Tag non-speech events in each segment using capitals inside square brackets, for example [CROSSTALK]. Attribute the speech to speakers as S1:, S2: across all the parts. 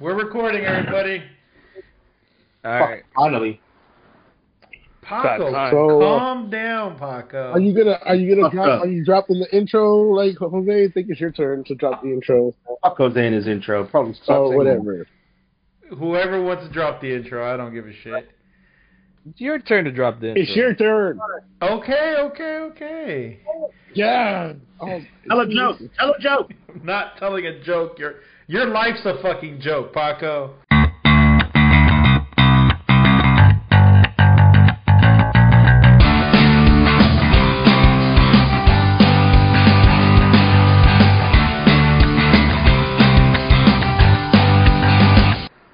S1: We're recording,
S2: [CLEARS THROAT]
S1: everybody.
S3: All
S2: Fuck,
S3: right.
S2: Finally.
S1: Paco,
S3: time.
S4: So- uh,
S1: calm down, Paco.
S4: Are you gonna are you gonna
S2: Fuck
S4: drop,
S2: up.
S4: are you dropping the intro like Jose? I think it's your turn to drop the intro.
S2: Fuck Jose in his intro. Probably sucks
S4: Oh,
S2: anyway.
S4: whatever.
S1: Whoever wants to drop the intro, I don't give a shit.
S3: It's your turn to drop the intro.
S4: It's your turn.
S1: Okay, okay, okay.
S4: Yeah. Oh,
S2: Tell a joke. Tell a joke.
S1: I'm not telling a joke. Your your life's a fucking joke, Paco.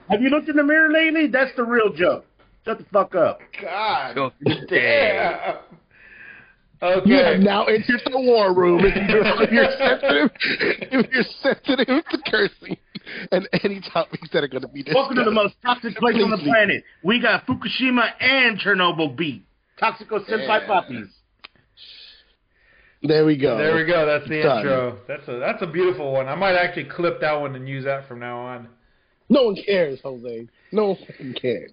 S2: Have you looked in the mirror lately? That's the real joke. Shut the fuck up.
S1: God
S3: Go-
S1: damn.
S4: You have
S1: Okay.
S4: now entered the war room. If you're, if you're sensitive, if you're sensitive to cursing and any topics that are going to be discussed.
S2: Welcome to the most toxic place on the planet. We got Fukushima and Chernobyl beat. Toxico Senpai
S4: Yeah.
S2: Poppies.
S4: There we go.
S1: There we go. That's the
S4: Done.
S1: intro. That's a that's a beautiful one. I might actually clip that one and use that from now on.
S4: No one cares, Jose. No one fucking cares.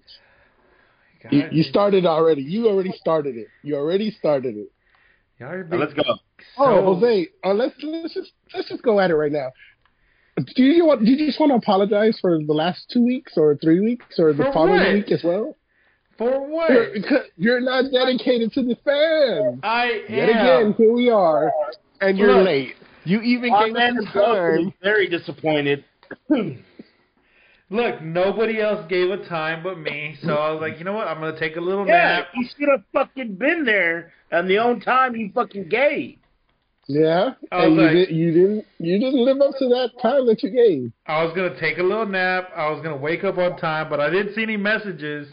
S1: God,
S4: You, you started already. You already started it. You already started it.
S1: y'all are
S2: Now
S1: being
S2: let's go.
S1: so-
S4: Oh, Jose, uh, let's let's just let's just go at it right now. Do you want? Do you just want to apologize for the last two weeks or three weeks or the
S1: For
S4: following
S1: what?
S4: week as well?
S1: For what?
S4: You're, you're not dedicated to the fans.
S1: I am.
S4: Yet again, here we are, and you're
S1: Look.
S4: late. You even
S2: Our
S4: gave
S2: man
S4: us time.
S2: is very disappointed.
S1: Look, nobody else gave a time but me, so I was like, you know what? I'm gonna take a little
S2: Yeah,
S1: nap.
S2: you should have fucking been there and the own time you fucking gave.
S4: Yeah,
S1: I
S4: and
S1: was
S4: you,
S1: like-
S4: did, you didn't. You didn't live up to that time that you gave.
S1: I was gonna take a little nap. I was gonna wake up on time, but I didn't see any messages.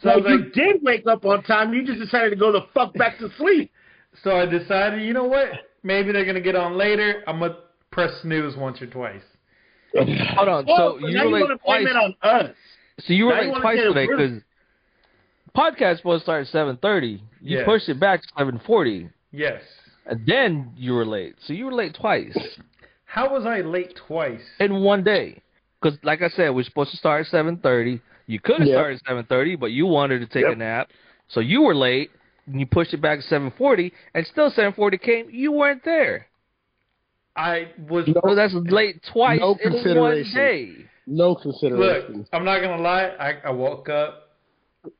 S1: So I
S2: So
S1: was
S2: you
S1: like,
S2: did wake up on time. You just decided to go the fuck back to [LAUGHS] sleep.
S1: so I decided, you know what? Maybe they're gonna get on later. I'm gonna press snooze once or twice.
S3: Hold on.
S2: Oh,
S3: So
S2: so
S3: you
S2: now
S3: were
S2: you
S3: late
S2: want to blame
S3: twice.
S2: it on us.
S3: so you were
S2: now you
S3: late
S2: wanna
S3: twice
S2: say it
S3: today
S2: worse.
S3: because podcast was to start at seven thirty. You
S1: Yes.
S3: pushed it back to seven forty,
S1: Yes.
S3: and then you were late. So you were late twice
S1: How was I late twice?
S3: in one day. Because like I said, we're supposed to start at seven thirty. You could have
S4: Yep.
S3: started at seven thirty, but you wanted to take a
S2: Yep.
S3: nap, so you were late. And you pushed it back to seven forty, and still seven forty came. You weren't there.
S1: I was.
S4: No,
S3: So that's late twice
S4: No
S3: in one
S4: consideration.
S3: day.
S4: No
S1: Look,
S4: consideration.
S1: I'm not gonna lie. I, I woke up.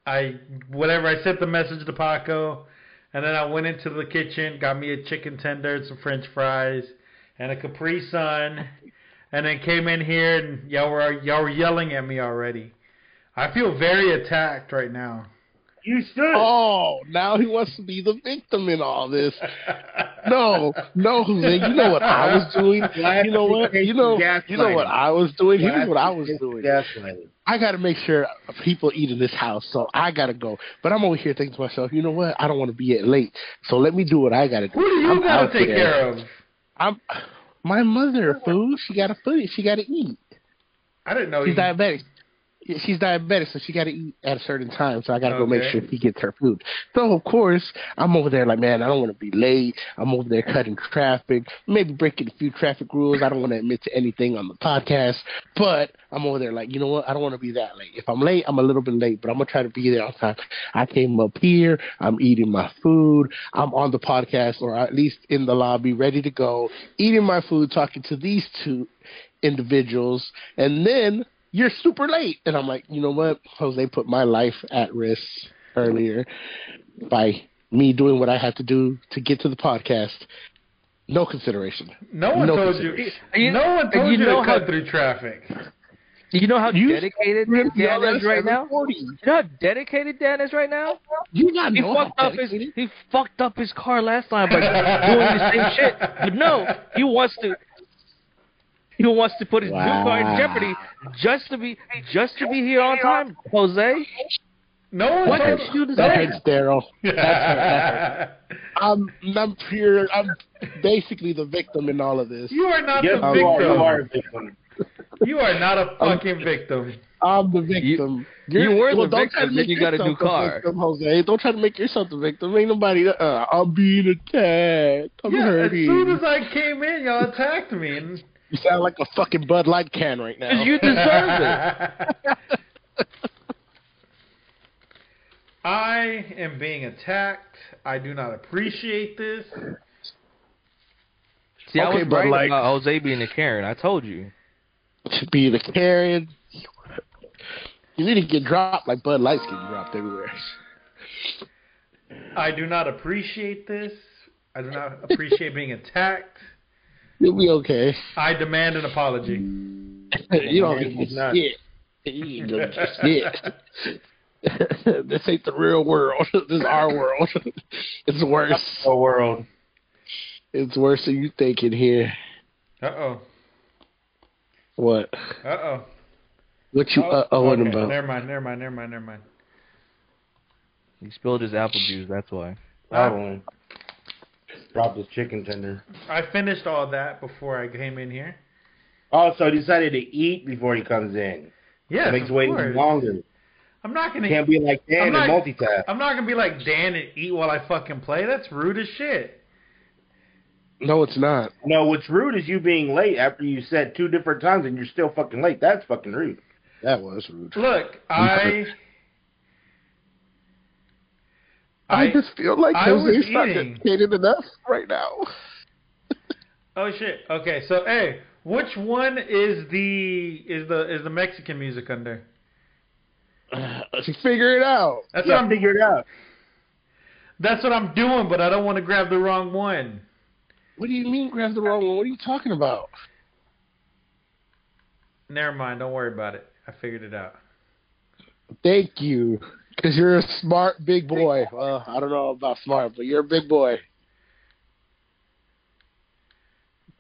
S1: I whatever. I sent the message to Paco, and then I went into the kitchen, got me a chicken tender and some French fries, and a Capri Sun, and then came in here and y'all were y'all were yelling at me already. I feel very attacked right now.
S2: You should.
S4: Oh, now he wants to be the victim in all
S1: [LAUGHS]
S4: this. [LAUGHS] No, no, Jose, you know what I was
S1: [LAUGHS]
S4: doing. You know what? You know, you know what I was doing. Here's what I was doing.
S2: Gaslighting.
S4: I got to make sure people eat in this house, so I got to go. But I'm over here thinking to myself, you know what? I don't want to be at late, so let me do what I got to do.
S1: Who do you
S4: I'm
S1: gotta
S4: out
S1: take
S4: today.
S1: care of?
S4: I'm my mother, food. She got to food. She got to eat.
S1: I didn't know
S4: She's
S1: you.
S4: diabetic. Yeah, She's diabetic, so she got to eat at a certain time. So I got to go make
S1: Okay.
S4: sure he gets her food. So of course, I'm over there like, man, I don't want to be late. I'm over there cutting traffic, maybe breaking a few traffic rules. I don't want to admit to anything on the podcast, but I'm over there like, you know what? I don't want to be that late. If I'm late, I'm a little bit late, but I'm gonna try to be there on time. I came up here. I'm eating my food. I'm on the podcast, or at least in the lobby, ready to go, eating my food, talking to these two individuals, and then you're super late. And I'm like, you know what? Jose put my life at risk earlier by me doing what I had to do to get to the podcast. No consideration.
S1: No one
S4: no
S1: told you.
S4: consideration.
S3: You-
S1: No one
S3: and
S1: told you,
S3: you know
S1: to
S3: how-
S1: cut through traffic.
S3: You know how
S4: You-
S3: dedicated Dan is right now. You know how dedicated Dan is right now?
S4: You not
S3: He
S4: know
S3: fucked
S4: how
S3: up his
S4: dedicated-
S3: he fucked up his car last time by doing the same shit. But no, he wants to he wants to put his new car in
S4: Wow.
S3: jeopardy just to be just to be here on time, Jose.
S1: No one
S3: What
S1: told [LAUGHS]
S3: did you do?
S4: Thanks, Daryl. I'm, I'm pure. I'm basically the victim in all of this.
S1: You are not
S2: Yes,
S1: the
S2: you are.
S1: victim.
S2: You are a victim.
S1: You are not a fucking victim.
S4: I'm the victim.
S3: You- you were the
S4: don't try to
S3: victim,
S4: make
S3: then you got a new
S4: yourself the
S3: car.
S4: victim, Jose. Don't try to make yourself the victim. Ain't nobody. Uh, I'm being attacked. I'm
S1: yeah, as
S4: hurting. [LAUGHS]
S1: soon as I came in, y'all attacked me, and
S4: You sound like a fucking Bud Light can right now.
S3: you deserve it.
S1: [LAUGHS] I am being attacked. I do not appreciate this.
S3: See, I
S4: Okay,
S3: was
S4: but
S3: right
S4: like-
S3: about Jose being a Karen. I told you.
S4: to be the Karen. You need to get dropped like Bud Light's getting dropped everywhere.
S1: I do not appreciate this. I do not appreciate being attacked.
S4: You'll
S1: [LAUGHS]
S4: be okay.
S1: I demand an apology.
S4: you don't
S2: man,
S4: get
S2: he's not.
S4: shit. You ain't gonna
S1: [LAUGHS]
S4: get shit. [LAUGHS] this ain't the real world. [LAUGHS] This is our world. [LAUGHS] it's worse.
S2: The world.
S4: It's worse than you think in here.
S1: Uh oh.
S4: What?
S1: Uh oh.
S4: What you uh oh
S1: okay.
S4: about?
S1: Never mind. Never mind. Never mind. Never mind.
S3: He spilled his apple juice. That's why.
S2: Probably. Robbed his chicken tender.
S1: I finished all that before I came in here.
S2: Also Oh, decided to eat before he comes in.
S1: Yes,
S2: it makes
S1: of
S2: waiting
S1: course.
S2: longer.
S1: I'm not gonna.
S2: Can't be like that
S1: I'm not-
S2: and multitask.
S1: I'm not gonna be like Dan and eat while I fucking play. That's rude as shit.
S4: No, it's not.
S2: No, what's rude is you being late after you said two different times and you're still fucking late. That's fucking rude.
S4: That was rude.
S1: Look, I.
S4: I, just feel like
S1: I was
S4: Jose's not
S1: eating.
S4: dedicated enough right now.
S1: Oh shit. Okay, so hey, which one is the is the is the Mexican music under?
S4: [SIGHS] She figure it out.
S1: That's
S2: yeah,
S1: what I'm
S2: figure it out.
S1: that's what I'm doing, but I don't want to grab the wrong one.
S4: What do you mean grab the wrong one? What are you talking about?
S1: Never mind, don't worry about it. I figured it out.
S4: Thank you, because you're a smart big boy. Well, I don't know about smart, but you're a big boy.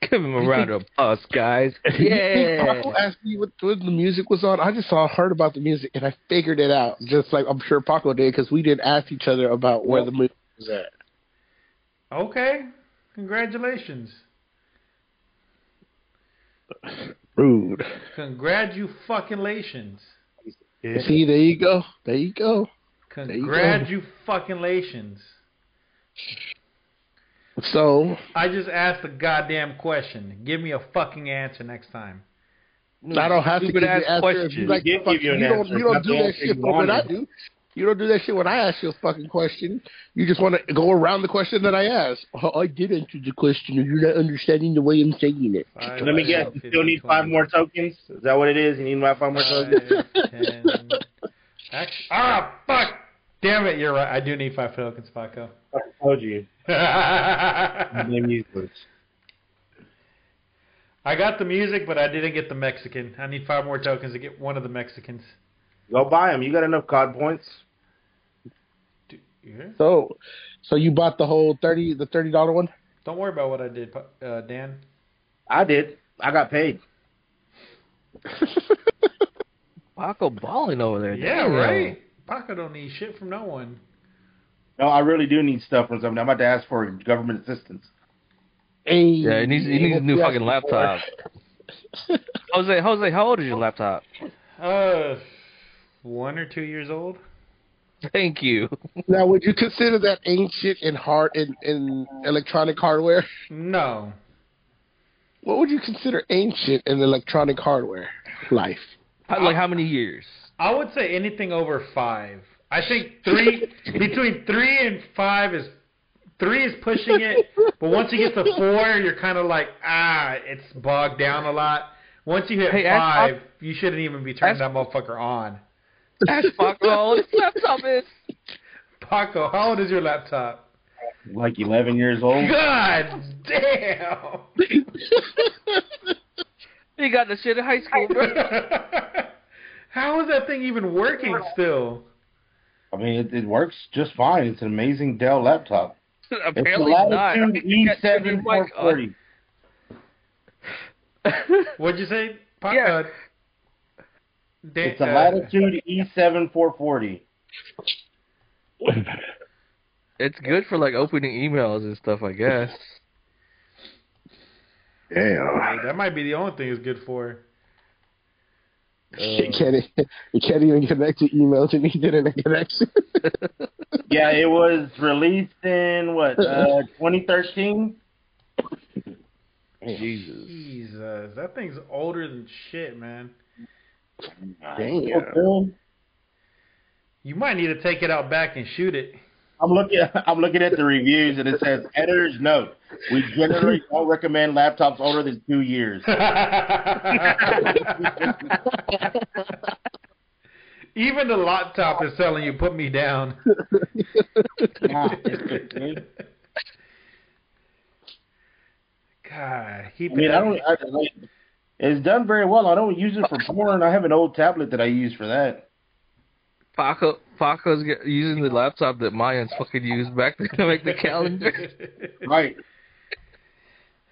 S3: Give him a round of applause, guys. [LAUGHS] Yeah.
S4: Paco asked me what, what the music was on. I just saw heard about the music and I figured it out, just like I'm sure Paco did, because we didn't ask each other about where the music was at.
S1: Okay. Congratulations.
S4: Rude.
S1: Congratu fucking
S4: See, there you go. There you go. you go.
S1: Congratu fucking
S4: So
S1: I just asked a goddamn question. Give me a fucking answer next time.
S4: I don't have to
S3: Stupid
S4: give you
S3: ass
S4: an answer. If
S3: question.
S4: you like,
S2: Did
S4: fuck,
S2: give you an
S4: don't,
S2: answer.
S4: you don't
S2: Not
S4: do
S2: the
S4: that
S2: answer
S4: shit
S2: you
S4: when I
S2: wanted.
S4: do. You don't do that shit when I ask you a fucking question. You just want to go around the question that I asked. Oh, I did answer the question, and you're not understanding the way I'm saying it.
S1: Five,
S2: Let me guess.
S1: ten,
S2: You still need
S1: 15,
S2: five
S1: 20.
S2: more tokens? Is that what it is? You need about five more tokens?
S1: Five, ten. Act- ah, fuck! Damn it, you're right. I do need five tokens,
S2: [LAUGHS]
S1: Paco.
S2: I told you. I
S1: I
S2: blame you for this.
S1: got the music, but I didn't get the Mexican. I need five more tokens to get one of the Mexicans.
S2: Go buy them. You got enough COD points.
S1: Do- yeah?
S4: So, so you bought the whole thirty, the thirty dollar one.
S1: Don't worry about what I did, Pa- uh, Dan.
S2: I did. I got paid.
S3: Paco balling over there.
S1: Yeah,
S3: Damn.
S1: right. Paco don't need shit from no one.
S2: No, I really do need stuff from something. I'm about to ask for government assistance.
S4: Hey,
S3: [LAUGHS] Yeah, he needs, he needs a new
S4: yes,
S3: fucking laptop. Jose, Jose, how old is your laptop?
S1: Uh, one or two years old.
S3: [LAUGHS] Thank you.
S4: [LAUGHS] Now, would you consider that ancient and hard in, in electronic hardware?
S1: No,
S4: What would you consider ancient in electronic hardware life?
S3: How, like how many years?
S1: I would say anything over five. I think three
S3: [LAUGHS]
S1: between three and five is three is pushing it, but once you get to four, you're kind of like ah, it's bogged down a lot. Once you hit
S3: Hey, ask-
S1: five, you shouldn't even be turning
S3: ask-
S1: that motherfucker on.
S3: Ask Paco how old his [LAUGHS] laptop is.
S1: Paco, how old is your laptop?
S2: Like 11 years old.
S1: God damn! [LAUGHS]
S3: He got the shit in high school, bro.
S1: how is that thing even working still?
S2: I mean, it, it works just fine. It's an amazing Dell laptop.
S3: [LAUGHS]
S2: It's the
S3: Apparently not. [LAUGHS]
S2: Latitude E
S3: He got uh, turned his
S2: E7
S3: mic [LAUGHS] on.
S2: 440.
S1: What'd you say, Paco?
S3: Yeah.
S1: Dan-
S2: It's a
S1: uh,
S2: Latitude E E7 440.
S3: It's good for like opening emails and stuff, I guess.
S4: Damn.
S1: That might be the only thing it's good for.
S4: It can't, it can't even connect to emails and he didn't connect.
S2: [LAUGHS] Yeah,
S3: [LAUGHS]
S2: it was released in what uh, 2013.
S3: Jesus.
S1: Jesus, that thing's older than shit, man.
S4: Damn.
S1: You might need to take it out back and shoot it.
S2: I'm looking. [LAUGHS] I'm looking at the reviews, and it says, "Editor's note: We generally don't recommend laptops older than two years."
S1: Even the laptop is telling you, put me down. God, keep
S2: I mean,
S1: it
S2: I
S1: up. [LAUGHS]
S2: don't. I, like, it's done very well. I don't use it for porn. I have an old tablet that I use for that.
S3: Paco Paco's get- using the laptop that Mayans fucking used back then to make the [LAUGHS]
S2: [LAUGHS]
S3: calendar.
S2: Right.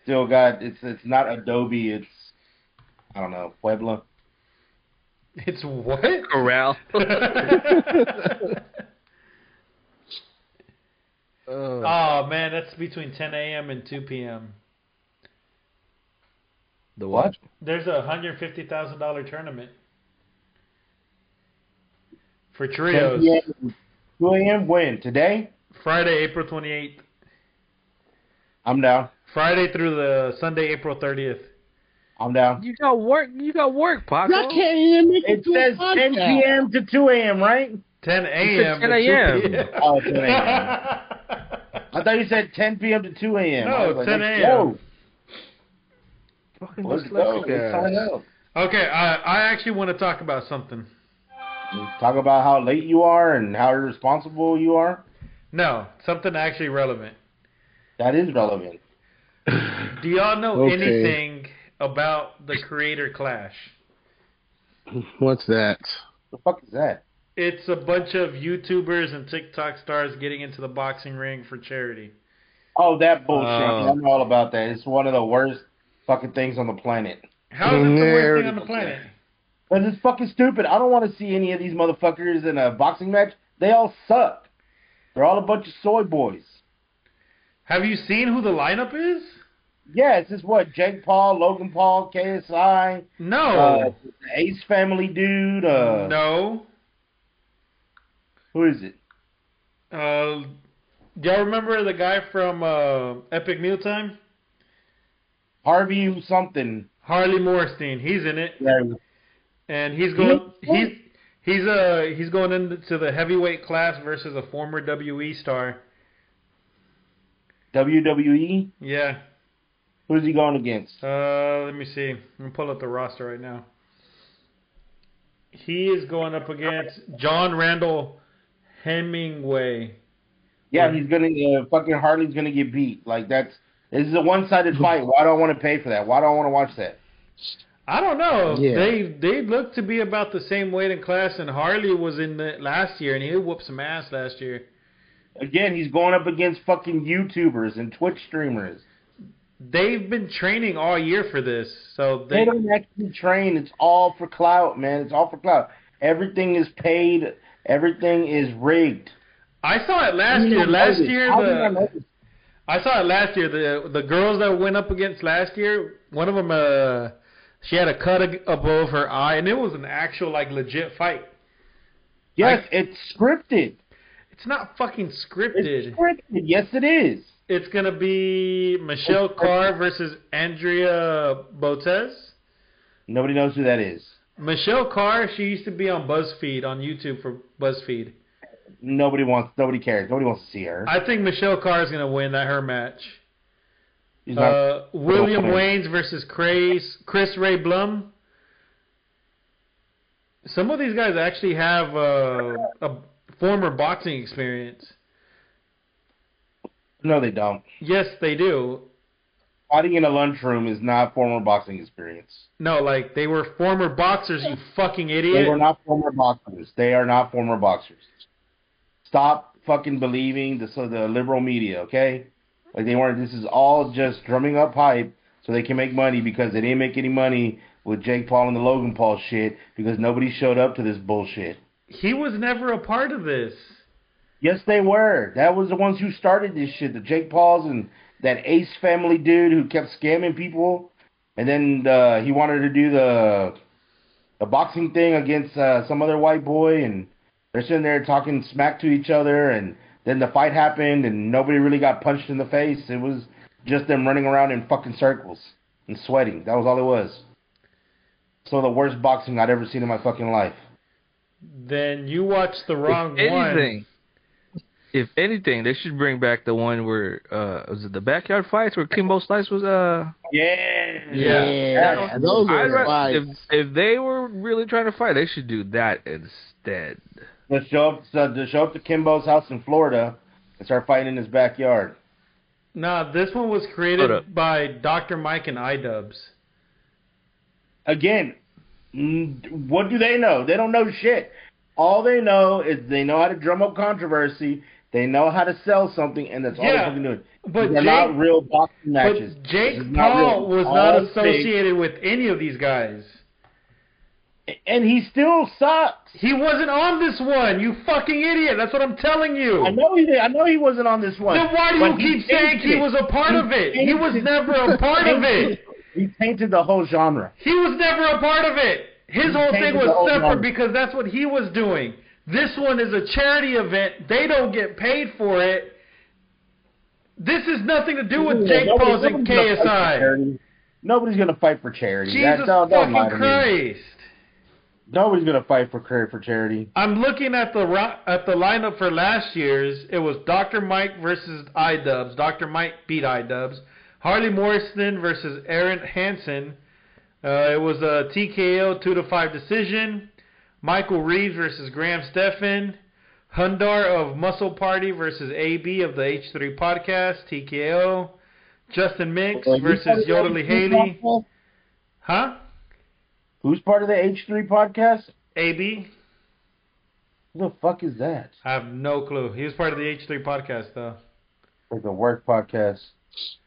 S2: Still, God, it's it's not Adobe. It's I don't know Puebla.
S1: It's what?
S2: [LAUGHS]
S1: [LAUGHS]
S3: [LAUGHS] Corral.
S1: oh
S3: Oh.
S1: man, that's between 10 a.m. and 2 p.m.
S3: the
S2: what?
S1: There's a hundred fifty thousand dollar tournament for trios.
S2: 10 p.m. Two a.m. When today?
S1: Friday, April 28th.
S2: I'm down.
S1: Friday through the Sunday, April 30th.
S2: I'm down.
S3: You got work. You got work, Paco.
S4: I can't even make
S2: It
S4: do a
S2: says 10
S4: podcast.
S2: p.m. to 2 a.m. Right?
S1: 10 a.m. to
S3: 10 a.m..
S1: 2 p.m.
S2: Oh, 10 a.m. I thought you said 10 p.m. to 2 a.m.
S1: No,
S2: I was
S1: 10
S2: let's
S1: a.m..
S2: go.
S3: Fucking
S2: Let's
S3: dyslexic
S2: go. Let's
S3: ass.
S2: sign up.
S1: [LAUGHS] okay, I, I actually want to talk about something.
S2: Talk about how late you are and how irresponsible you are.
S1: No, something actually relevant.
S2: That is relevant.
S1: Do y'all know
S4: Okay.
S1: anything about the Creator Clash?
S4: What's that?
S2: The fuck is that?
S1: It's a bunch of YouTubers and TikTok stars getting into the boxing ring for charity.
S2: Oh, that bullshit.
S3: Oh.
S2: I know all about that. It's one of the worst fucking things on the planet.
S1: How is it the
S4: There
S1: worst
S4: it
S1: thing on the
S4: is.
S1: planet?
S2: But it's fucking stupid. I don't want to see any of these motherfuckers in a boxing match. They all suck. They're all a bunch of soy boys.
S1: Have you seen who the lineup is?
S2: Yeah, it's just what Jake Paul, Logan Paul, KSI, uh,
S1: No.
S2: the Ace Family dude. Uh,
S1: Oh. no.
S2: Who is it?
S1: Uh, y'all remember the guy from uh, Epic Mealtime?
S2: Harvey something.
S1: Harley Morstein. He's in it,
S2: Yeah,
S1: and he's going. He's he's uh he's going into the heavyweight class versus a former WE star.
S2: WWE.
S1: Yeah.
S2: Who's E? he going against?
S1: Uh, let me see. I'm gonna pull up the roster right now. He is going up against John Randall Hemingway.
S2: Yeah, he's gonna uh, fucking Harley's gonna get beat. Like that's this is a one-sided fight. Why do I want to pay for that? Why do I want to watch that?
S1: I don't know.
S4: Yeah.
S1: They they look to be about the same weight in class, and Harley was in it last year, and he whooped some ass last year.
S2: Again, he's going up against fucking YouTubers and Twitch streamers.
S1: They've been training all year for this, so
S2: They,
S1: they.
S2: don't actually train. It's all for clout, man. It's all for clout. Everything is paid. Everything is rigged.
S1: I saw it
S2: I
S1: last
S2: didn't
S1: year.
S2: know
S1: Last
S2: this.
S1: year,
S2: How did I know
S1: the
S2: this?
S1: I saw it last year. The the girls that went up against last year, one of them, uh, she had a cut ag- above her eye, and it was an actual like legit fight.
S2: yes, it's scripted.
S1: It's not fucking
S2: It's
S1: scripted.
S2: scripted. Yes, it is.
S1: It's gonna be Michelle Carr versus Andrea Botes.
S2: Nobody knows who that is.
S1: Michelle Carr, she used to be on BuzzFeed on YouTube for BuzzFeed.
S2: Nobody wants. Nobody cares. Nobody wants to see her.
S1: I think Michelle Carr is gonna win that her match.
S2: She's not-
S1: Uh, William
S2: Okay.
S1: Waynes versus Chris Chris Ray Blum. Some of these guys actually have uh, a former boxing experience.
S2: no, they don't.
S1: Yes, they do.
S2: Fighting in a lunchroom is not former boxing experience.
S1: No, like they were former boxers. You fucking
S2: They were
S1: idiot.
S2: not former boxers. They are not former boxers. Stop fucking believing the so the liberal media, okay? Like they weren't. This is all just drumming up hype so they can make money because they didn't make any money with Jake Paul and the Logan Paul shit because nobody showed up to this bullshit.
S1: He was never a part of this.
S2: Yes, they were. That was the ones who started this shit. The Jake Pauls and that Ace family dude who kept scamming people, and then uh, he wanted to do the the boxing thing against uh, some other white boy, and they're sitting there talking smack to each other, and then the fight happened, and nobody really got punched in the face. It was just them running around in fucking circles. and sweating. That was all it was. Some of the worst boxing I'd ever seen in my fucking life.
S1: Then you watched the wrong
S3: if
S1: one.
S3: anything, if anything, they should bring back the one where uh was it the backyard fights where Kimbo Slice was uh
S2: Yeah.
S1: Yeah.
S4: Yeah, those
S3: I'd
S4: are
S3: ra-
S4: fights.
S3: if if they were really trying to fight, they should do that instead.
S2: Let's show up. So to show up to Kimbo's house in Florida and start fighting in his backyard.
S1: No, this one was
S3: Hold
S1: created
S3: up.
S1: by Dr. Mike and iDubbbz.
S2: Again, mm, what do they know? They don't know shit. All they know is they know how to drum up controversy. They know how to sell something, and that's all
S1: Yeah.
S2: they're fucking doing.
S1: But
S2: They're
S1: Jake,
S2: not real
S1: but
S2: boxing matches.
S1: Jake
S2: This is not
S1: Paul
S2: real.
S1: was
S2: All
S1: not
S2: fake.
S1: associated with any of these guys.
S2: and he still sucks.
S1: He wasn't on this one, you fucking idiot. That's what I'm telling you.
S2: I know he. did- I know he wasn't on this one.
S1: Then why do
S2: but
S1: you keep saying
S2: tainted
S1: he was a part
S2: He
S1: of it? He was
S2: tainted-
S1: never
S2: [LAUGHS]
S1: a part of it.
S2: He tainted the whole genre.
S1: He was never a part of it. His whole
S2: tainted
S1: thing
S2: the whole
S1: was separate
S2: moment.
S1: because that's what he was doing. This one is a charity event. They don't get paid for it. This is nothing to do with Jake
S2: Nobody-
S1: Paul's and
S2: nobody's gonna fight for
S1: KSI.
S2: charity. Nobody's gonna fight for charity.
S1: Jesus
S2: that, don't, don't lie
S1: fucking
S2: to me.
S1: Christ.
S2: Nobody's gonna fight for chari- for charity.
S1: I'm looking at the ro- at the lineup for last year's. It was Dr. Mike versus iDubbbz. Dr. Mike beat iDubbbz. Harley Morrison versus Aaron Hansen. Uh, it was a TKO two to five decision. Michael Reeves versus Graham Stefan. Hundar of Muscle Party versus AB of the H3 podcast TKO. Justin Mix
S2: Uh, who's part
S1: versus
S2: of the
S1: Yodely
S2: H3
S1: Haley.
S2: podcast?
S1: Huh?
S2: Who's part of the H3 podcast?
S1: AB?
S2: Who the fuck is that?
S1: I have no clue. He was part of the H3 podcast though.
S2: Like the work podcast.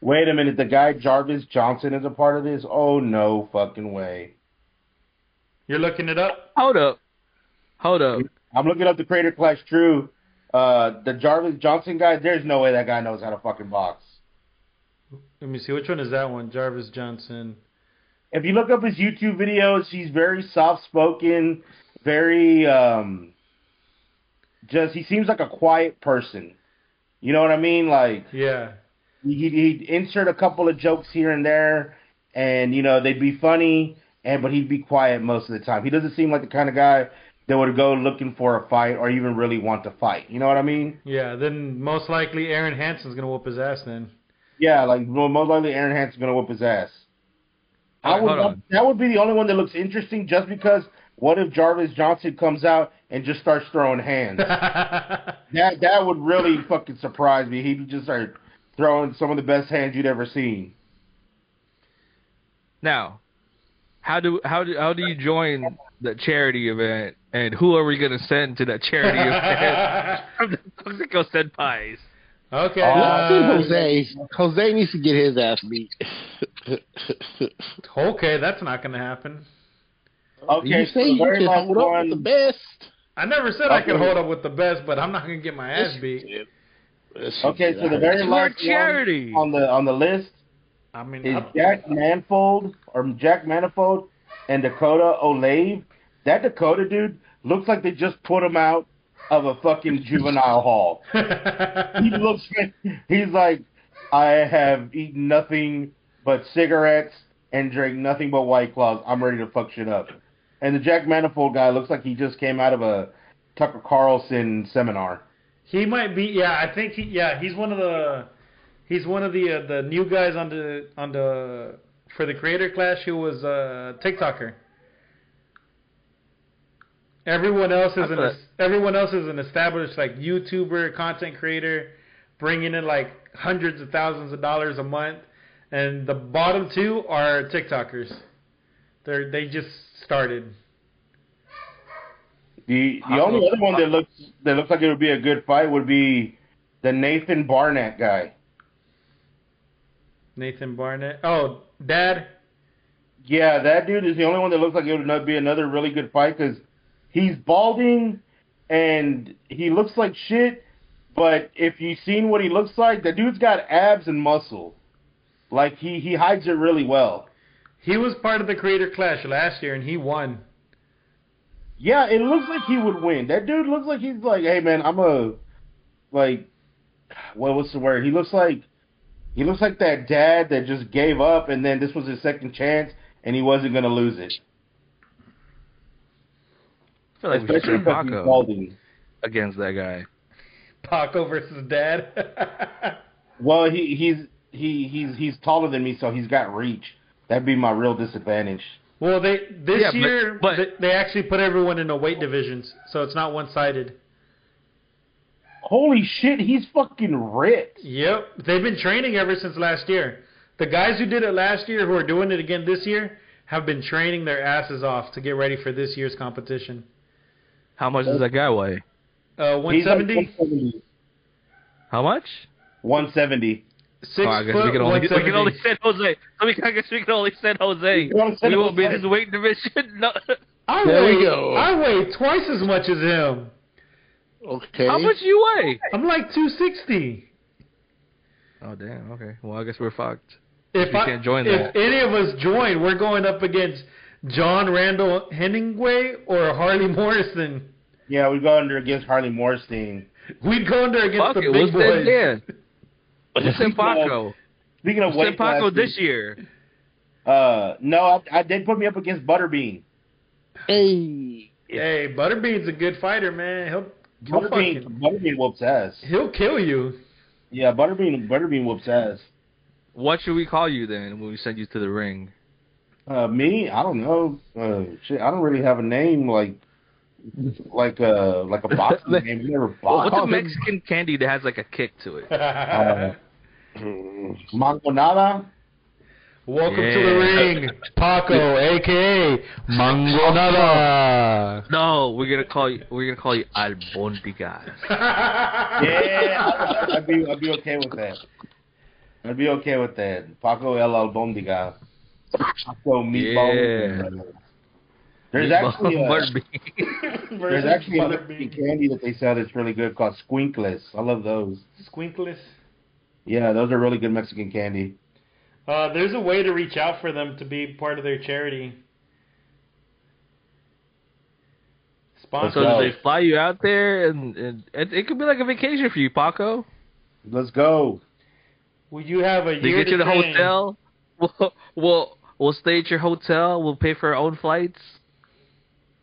S2: Wait a minute, the guy Jarvis Johnson is a part of this? Oh no fucking way.
S1: You're looking it up.
S3: Hold up. Hold up.
S2: I'm looking up the Crater Clash True. Uh, the Jarvis Johnson guy, there's no way that guy knows how to fucking box.
S1: Let me see. Which one is that one? Jarvis Johnson.
S2: if you look up his YouTube videos, he's very soft spoken, very um just he seems like a quiet person. You know what I mean? Like
S1: Yeah.
S2: he he'd insert a couple of jokes here and there and you know, they'd be funny and but he'd be quiet most of the time. He doesn't seem like the kind of guy that would go looking for a fight or even really want to fight. You know what I mean?
S1: Yeah. Then most likely Aaron Hansen's gonna whoop his ass
S2: [LAUGHS]
S1: then.
S2: Yeah, like well, most likely Aaron Hansen's gonna whoop his ass. I
S3: Alright,
S2: would
S3: hold
S2: love-
S3: on.
S2: that would be the only one that looks interesting just because what if Jarvis Johnson comes out and just starts
S3: [LAUGHS]
S2: throwing hands? that that would really fucking surprise me. He'd just start throwing some of the best hands you'd ever seen.
S3: Now, how do how do how do you join the charity event? And who are we gonna send to
S1: [LAUGHS]
S3: that charity event? From the Mexico Senpais.
S1: okay.
S4: I think
S1: uh,
S4: Jose, Jose needs to get his ass beat.
S1: okay, that's not gonna happen.
S2: Okay,
S4: you
S2: so
S4: say
S2: the
S4: you
S2: very
S4: can
S2: last
S4: hold up
S2: one-
S4: with the best.
S1: I never said I could
S2: Okay.
S1: hold up with the best, but I'm not gonna get my ass beat.
S2: Okay, so the very
S3: For
S2: last
S3: charity.
S2: one on the on the list
S1: I mean,
S2: is
S1: I'm-
S2: Jack Manfold or Jack Manifold and Dakota Olave. That Dakota dude looks like they just put him out of a fucking juvenile hall.
S1: [LAUGHS]
S2: he looks he's like i have eaten nothing but cigarettes and drank nothing but white claws i'm ready to fuck shit up and the jack manifold guy looks like he just came out of a tucker carlson seminar
S1: he might be. Yeah, I think he. Yeah, he's one of the. He's one of the uh, the new guys on the on the for the creator clash who was a TikToker. Everyone else is an
S3: thought-
S1: everyone else is an established like YouTuber, content creator, bringing in like hundreds of thousands of dollars a month, and the bottom two are TikTokers. They they just started.
S2: the the only other one that looks that looks like it would be a good fight would be the nathan barnett guy
S1: Nathan Barnett. Oh, Dad.
S2: yeah that dude is the only one that looks like it would not be another really good fight because he's balding and he looks like shit But if you've seen what he looks like, the dude's got abs and muscle. Like he he hides it really well.
S1: He was part of the creator clash last year and he won.
S2: Yeah, it looks like he would win. That dude looks like he's like, hey man, I'm a like, what what's the word? He looks like He looks like that dad that just gave up, and then this was his second chance, and he wasn't gonna lose it.
S3: I feel like we should
S2: Especially
S3: say
S2: because he's
S3: Paco
S2: balding.
S3: against that guy.
S1: Paco versus Dad. [LAUGHS]
S2: Well, he he's he he's he's taller than me, so he's got reach. That'd be my real disadvantage.
S1: well, they this
S3: Yeah, but-
S1: year
S3: but-
S1: they, they actually put everyone in the weight divisions, so it's not one sided.
S2: Holy shit, he's fucking ripped.
S1: Yep, they've been training ever since last year. The guys who did it last year, who are doing it again this year, have been training their asses off to get ready for this year's competition.
S3: How much does that guy weigh?
S1: Uh,
S2: He's like
S1: 170,
S2: 170.
S3: How much?
S2: 170.
S1: six
S3: Oh, I guess
S1: foot,
S3: we can only [LAUGHS] we can
S1: 170.
S3: only send Jose. I, mean, I guess we can only send Jose.
S2: can only send
S3: we won't be in
S2: Jose.
S3: his weight division. [LAUGHS] No.
S1: I
S4: There we
S1: weigh,
S4: go.
S1: I weigh twice as much as him.
S4: Okay.
S3: How much you weigh?
S1: I'm like 260.
S3: Oh damn. Okay. Well, I guess we're fucked.
S1: If
S3: We
S1: I,
S3: can't join
S1: if
S3: that.
S1: any of us join, we're going up against John Randall Hemingway or Harley Morrison.
S2: Yeah, we go under against Harley Morstein.
S1: We'd go in there against
S3: Fuck
S1: the
S3: it.
S1: big
S3: What's
S1: boys.
S3: that? Yeah.
S2: [LAUGHS]
S3: What's in Paco?
S2: Speaking of
S3: What's in
S2: weight
S3: Paco
S2: classes,
S3: this year?
S2: Uh, no, I, I did put me up against Butterbean.
S4: Hey.
S1: Hey, Butterbean's a good fighter, man. He'll he'll, fucking,
S2: Butterbean, Butterbean whoops ass.
S1: he'll kill
S2: [LAUGHS]
S1: you. [LAUGHS]
S2: Yeah, Butterbean, Butterbean whoops ass.
S3: What should we call you then when we send you to the ring?
S2: Uh, me, I don't know. Uh, shit, I don't really have a name like, like a like
S3: [LAUGHS]
S2: a boxing name. We never
S3: What's a
S2: boxed.
S3: Mexican candy that has like a kick to it? Um,
S2: Uh, Mangonada.
S1: Welcome to the
S3: Yeah.
S1: ring,
S3: [LAUGHS]
S1: Paco, aka Mangonada.
S3: No, we're gonna call you. We're gonna call you Albondigas.
S1: [LAUGHS]
S2: Yeah, I- I'd be I'd be okay with that. I'd be okay with that. Paco El Albondiga. Paco Meatball.
S3: [LAUGHS]
S2: There's actually a,
S3: Butterbean.
S2: there's actually a Mexican candy that they sell that's really good called Squinkles. I love those.
S1: Squinkless.
S2: Yeah, those are really good Mexican candy.
S1: Uh, there's a way to reach out for them to be part of their charity.
S3: So
S1: Sponsor.
S2: Let's go.
S3: do they fly you out there, and, and it, it could be like a vacation for you, Paco.
S2: Let's go.
S1: Will you have a
S3: They
S1: year
S3: get you
S1: to
S3: the
S1: train.
S3: hotel. We'll, we'll we'll stay at your hotel. We'll pay for our own flights.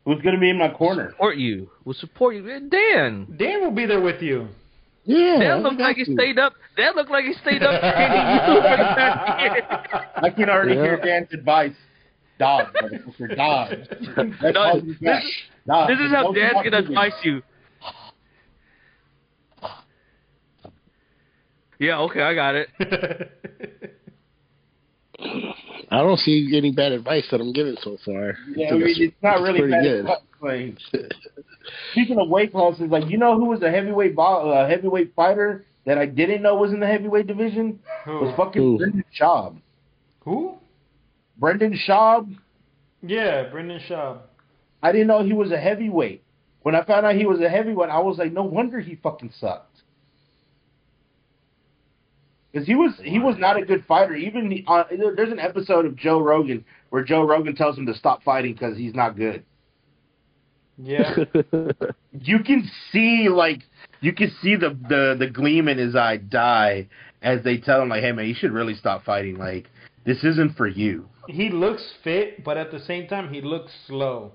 S2: Who's gonna be in my corner?
S3: Support you. We'll support you. And Dan.
S1: Dan will be there with [LAUGHS] you.
S4: Yeah.
S3: Dan looked like he stayed up. Dan looked like he stayed up. training you for that
S1: [LAUGHS]
S3: kid.
S2: I can already
S4: Yeah.
S2: hear Dan's advice. Dodge,
S3: [LAUGHS]
S2: motherfucker, dodge. That's
S3: No,
S2: all you
S3: this
S2: got. Dodge.
S3: this is how
S2: Don't
S3: Dan's
S2: walk
S3: gonna
S2: in.
S3: advise you. Yeah. Okay. I got it.
S4: I don't see any bad advice that I'm giving so far.
S2: Yeah, I
S4: I think
S2: mean,
S4: that's-
S2: it's not
S4: that's
S2: really
S4: pretty
S2: bad.
S4: good.
S2: Like,
S4: [LAUGHS]
S2: speaking of weight classes, like you know who was a heavyweight bo- uh, heavyweight fighter that I didn't know was in the heavyweight division was
S1: [LAUGHS] Who?
S2: fucking
S4: Who?
S2: Brendan Schaub.
S1: Who?
S2: Brendan Schaub,
S1: Yeah, Brendan Schaub.
S2: I didn't know he was a heavyweight. When I found out he was a heavyweight, I was like, no wonder he fucking sucked. Because he was he was not a good fighter. Even the, uh, there- there's an episode of Joe Rogan where Joe Rogan tells him to stop fighting because he's not good.
S1: Yeah.
S2: [LAUGHS] you can see like you can see the, the the gleam in his eye die as they tell him like hey man you should really stop fighting like this isn't for you
S1: he looks fit, but at the same time, he looks slow.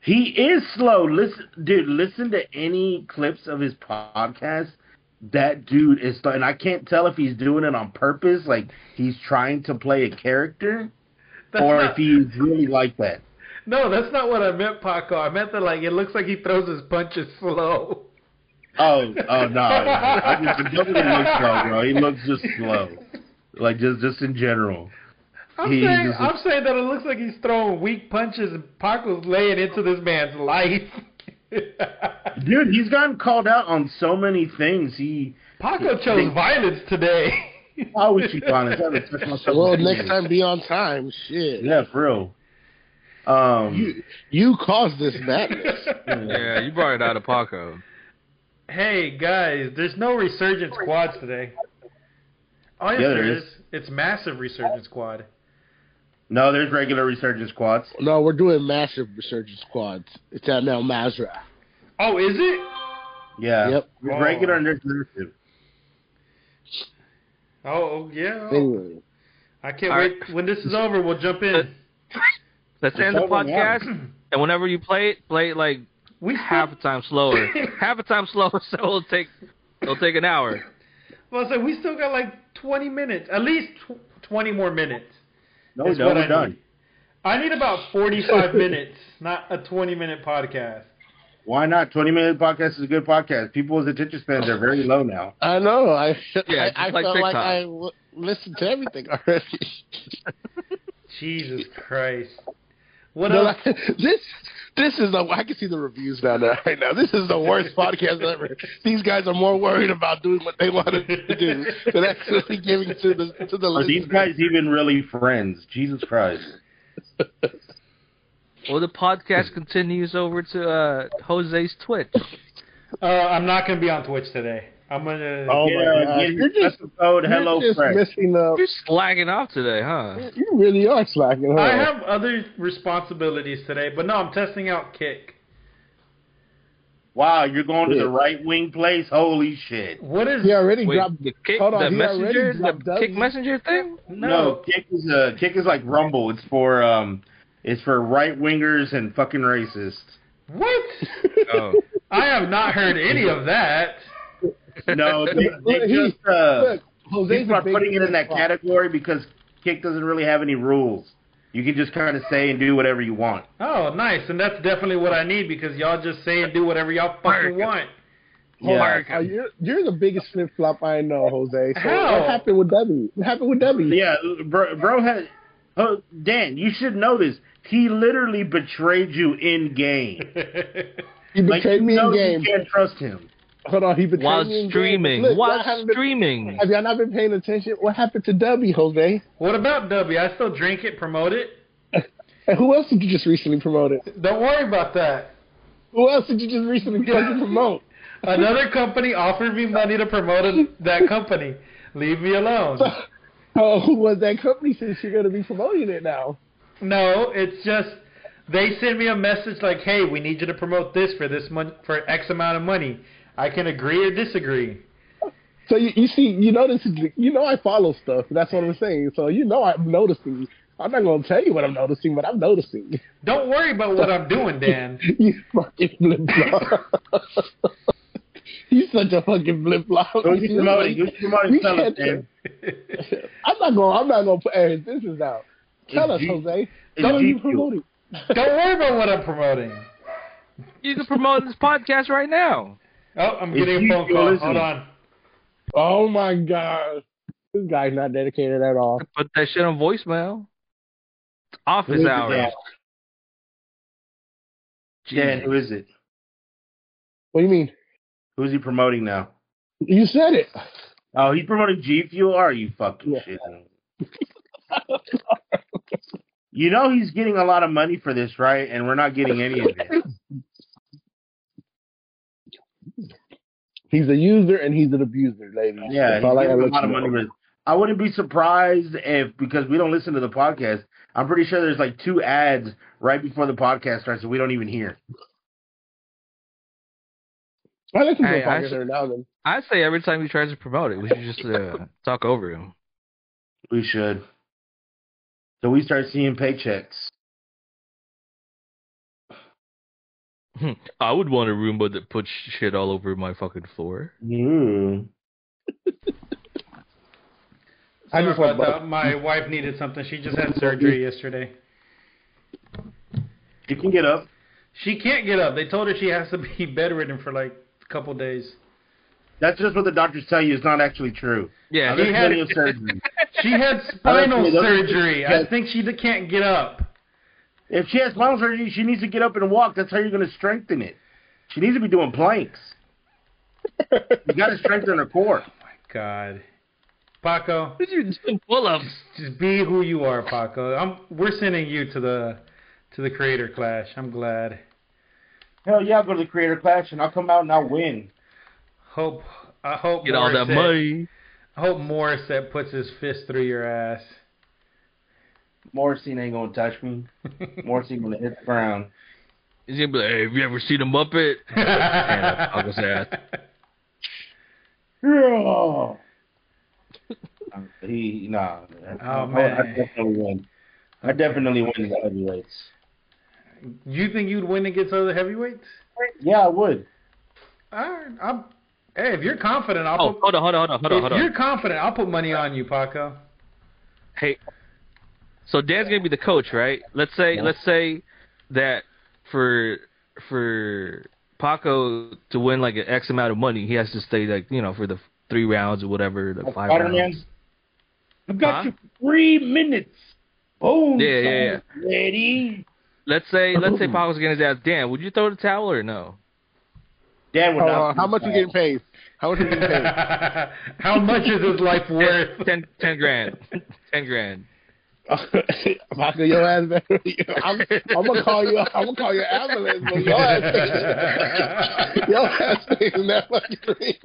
S2: he is slow listen dude listen to any clips of his podcast that dude is slow and i can't tell if he's doing it on purpose like he's trying to play a character
S1: That's
S2: or
S1: not-
S2: if he's really like that
S1: No, that's not what I meant, Paco. I meant that like it looks like he throws his punches [LAUGHS] slow.
S2: Oh, oh no! I just Joker looks slow, bro. He looks just slow, like just just in general.
S1: I'm
S2: He-
S1: saying I'm saying that it looks like he's throwing weak punches and Paco's laying into this man's life. [LAUGHS]
S2: Dude, he's gotten called out on so many things. He,
S1: Paco chose violence today.
S2: I would keep honest. I would touch myself.
S4: [LAUGHS] well, next time be on time. Shit.
S2: yeah, for real. Um,
S4: You you caused this [LAUGHS] madness.
S3: Yeah. You brought it out of Paco.
S1: hey guys, there's no resurgence quads today. Oh yes,
S2: Yeah, there
S1: there
S2: is.
S1: is. It's massive resurgence quad.
S2: no, there's regular resurgence squads.
S4: no, we're doing massive resurgence squads. It's at Mount Mazra.
S1: Oh, is it?
S2: Yeah,
S4: Yep.
S2: There's
S1: Oh.
S2: regular and there's massive.
S1: Oh yeah. oh.
S4: Anyway,
S1: I can't
S3: All
S1: wait. When this is over, we'll jump in.
S3: Let's end the
S4: It's over now.
S3: podcast. And whenever you play it, play it like
S1: We
S3: half a
S1: still,
S3: time slower. half a time slower, [LAUGHS] so it'll take it'll take an hour.
S1: well, I said we still got like 20 minutes, at least tw- 20 more minutes.
S2: No,
S1: That's
S2: no,
S1: what
S2: we're
S1: I
S2: done.
S1: need. I need about
S2: [LAUGHS]
S1: 45 minutes, not a 20 minute podcast.
S2: Why not? Twenty minute podcast is a good podcast. People's attention spans are very low now.
S4: I know. I
S3: Yeah,
S4: I, I
S3: just like
S4: felt like
S3: TikTok.
S4: I w- listened to everything already. [LAUGHS]
S1: Jesus Christ. What
S4: They're
S1: else?
S4: like, [LAUGHS] this this is the I can see the reviews down there right now. This is the worst podcast ever. These guys are more worried about doing what they wanted to do than actually giving to the to the
S2: Are these
S4: listeners.
S2: guys even really friends? Jesus Christ!
S3: Well, the podcast continues over to uh, Jose's Twitch.
S1: Uh, I'm not gonna be on Twitch today. I'm gonna.
S2: Oh
S4: Yeah,
S2: my God!
S4: uh,
S2: Get
S4: you're
S2: your
S4: just-
S2: special code Hello
S4: You're just
S2: Fresh.
S4: missing up.
S3: You're slacking off today, huh?
S4: You really are slacking. Huh?
S1: I have other responsibilities today, but no, I'm testing out Kick.
S2: Wow, you're going to
S4: Yeah.
S2: the right wing place. Holy shit!
S1: What is?
S4: He already
S3: Wait,
S4: dropped.
S3: the kick,
S4: hold on,
S3: the
S4: he already
S3: messenger,
S4: dropped
S3: the
S4: dozens.
S3: kick
S4: [LAUGHS]
S3: messenger thing.
S1: no.
S2: No, kick is a kick is like Rumble. It's for um, it's for right wingers and fucking racists.
S1: What?
S3: Oh,
S1: I have not heard any of that.
S4: [LAUGHS]
S2: No, they, they
S4: He-
S2: just uh,
S4: Look, Jose's
S2: people
S4: a
S2: are
S4: big
S2: putting it in that
S4: fan.
S2: category because kick doesn't really have any rules. You can just kind of say and do whatever you want.
S1: Oh, nice. And that's definitely what I need because y'all just say and do whatever y'all fucking
S3: America.
S1: want.
S4: Hold on.
S3: America.
S4: Uh, you're, you're the biggest flip flop I know, Jose. So
S1: How?
S4: What happened with W? What happened with W?
S2: Yeah, bro, bro has. Oh, Dan, you should know this. He literally betrayed you in game.
S1: [LAUGHS]
S4: He
S2: Like
S4: betrayed
S2: you
S4: me
S2: know
S4: in game.
S2: you can't trust him.
S4: Hold on, he
S3: [LAUGHS]
S4: betrayed
S3: while
S4: me in game.
S3: streaming,
S4: Look, y'all
S3: while
S4: haven't been- [LAUGHS]
S3: streaming.
S4: have y'all not been paying attention? What happened to W, Jose?
S1: what about W? I still drink it, promote it.
S4: And who else did you just recently promote it?
S1: Don't worry about that.
S4: Who else did you just recently
S3: [LAUGHS]
S4: fucking promote?
S1: Another [LAUGHS] company offered me money to promote it- that company. Leave me alone.
S4: Oh, who was that company since you're going to be promoting it now?
S1: No, it's just they send me a message like, "Hey, we need you to promote this for this month for X amount of money." I can agree or disagree.
S4: So you, you see, you notice, you know, I follow stuff. That's what I'm saying. So you know, I'm noticing. I'm not going to tell you what I'm noticing, but I'm noticing. [LAUGHS]
S1: Don't worry about what I'm doing, [LAUGHS] Dan.
S4: You fucking flip flop. [LAUGHS] you such a fucking flip flop.
S2: Who's promoting? Who's promoting?
S4: We
S2: Tell us,
S4: can't-
S2: Dan.
S4: [LAUGHS] I'm not going. I'm not going to put air his business out. Tell us,
S2: It's G-
S4: Jose.
S2: it's
S4: Tell us you
S2: GQ.
S4: promoting.
S1: Don't worry about what I'm promoting.
S3: You can promote this podcast right
S4: [LAUGHS]
S3: now.
S1: Oh, I'm
S2: If
S1: getting a
S2: you-
S1: phone call.
S2: you're
S1: Hold
S2: listening.
S1: on.
S4: Oh my god, this guy's not dedicated at all.
S3: Put that shit on voicemail. It's office
S2: Who is it,
S3: hours.
S2: Dan, Dan, who is it?
S4: What do you mean?
S2: Who's he promoting now?
S4: You said it.
S2: Oh, he's promoting G Fuel. Are you fucking
S4: Yeah. [LAUGHS]
S2: shit? you know he's getting a lot of money for this, right? And we're not getting any of
S4: [LAUGHS]
S2: it.
S4: He's a user and he's an abuser, ladies.
S2: Yeah,
S4: That's
S2: he's
S4: all I
S2: getting
S4: gotta
S2: a
S4: let
S2: lot
S4: you
S2: of money
S4: know.
S2: for this. I wouldn't be surprised if because we don't listen to the podcast. I'm pretty sure there's like two ads right before the podcast starts that we don't even hear.
S4: I listen to
S3: Hey,
S4: the
S3: I
S4: podcast
S3: should-
S4: every now and then.
S3: I say every time he tries to promote it, we should just
S4: [LAUGHS]
S3: uh, talk over him. [LAUGHS]
S2: We should. So we start seeing paychecks.
S3: I would want a Roomba that puts shit all over my fucking floor.
S4: [LAUGHS]
S2: Mm.
S4: I
S1: Sorry
S4: just
S1: about
S4: want
S1: that. My wife needed something. She just had surgery yesterday.
S2: You can get up.
S1: She can't get up. They told her she has to be [LAUGHS] bedridden for like a couple days.
S2: That's just what the doctors tell you. It's not actually true.
S3: Yeah,
S2: There's
S1: he had-
S2: plenty of surgery.
S1: She
S2: [LAUGHS]
S1: had spinal
S2: Honestly, those-
S1: surgery. I think she d- can't get up.
S2: If she has spinal surgery, she needs to get up and walk. That's how you're going to strengthen it. She needs to be doing planks. you
S4: [LAUGHS]
S2: got to strengthen her core.
S1: God. Paco,
S3: you're doing pull-ups.
S1: just be who you are, Paco. I'm, we're sending you to the to the creator clash. I'm glad.
S2: Hell yeah, I'll go to the creator clash and I'll come out and I'll win.
S1: Hope I hope
S3: Get all that
S1: Morissette-
S3: money.
S1: I hope Morissette puts his fist through your ass.
S2: Morrison ain't going to touch me. Morrison going to hit the ground.
S3: He's gonna be like, "Hey, have you ever seen a Muppet?" Paco's ass.
S2: Yeah. He nah.
S1: Oh,
S2: I, I
S1: man.
S2: definitely win. I definitely win the heavyweights.
S1: [LAUGHS] You think you'd win against other heavyweights?
S2: Yeah, I would.
S1: Alright, I'm. Hey, if you're confident, I'll.
S3: Oh,
S1: put,
S3: hold on, hold on, hold on,
S1: if
S3: hold on, hold
S1: you're
S3: on.
S1: confident, I'll put money on you,
S2: [LAUGHS]
S1: Paco.
S3: Hey, so Dan's gonna be the coach, right? Let's say, let's say that for for Paco to win like an X amount of money, he has to stay like you know for the three rounds or whatever, the five
S2: Spider-Man?
S3: rounds.
S2: I got
S3: Huh?
S2: you for three minutes. Boom.
S3: Yeah, yeah, yeah.
S2: son, Ready.
S3: Let's say, let's say Paco's gonna ask Dan, would you throw the towel or no?
S2: Dan would
S4: Hold
S2: not
S4: on,
S2: be
S4: how much you
S2: proud.
S4: getting paid? How much you getting paid?
S1: How much is his
S3: [LAUGHS]
S1: life worth?
S3: Ten, ten grand, ten grand.
S4: Michael, your ass better. I'm, I'm gonna call you. I'm gonna call your ambulance, but your ass, ain't- your ass ain't in that fucking ring.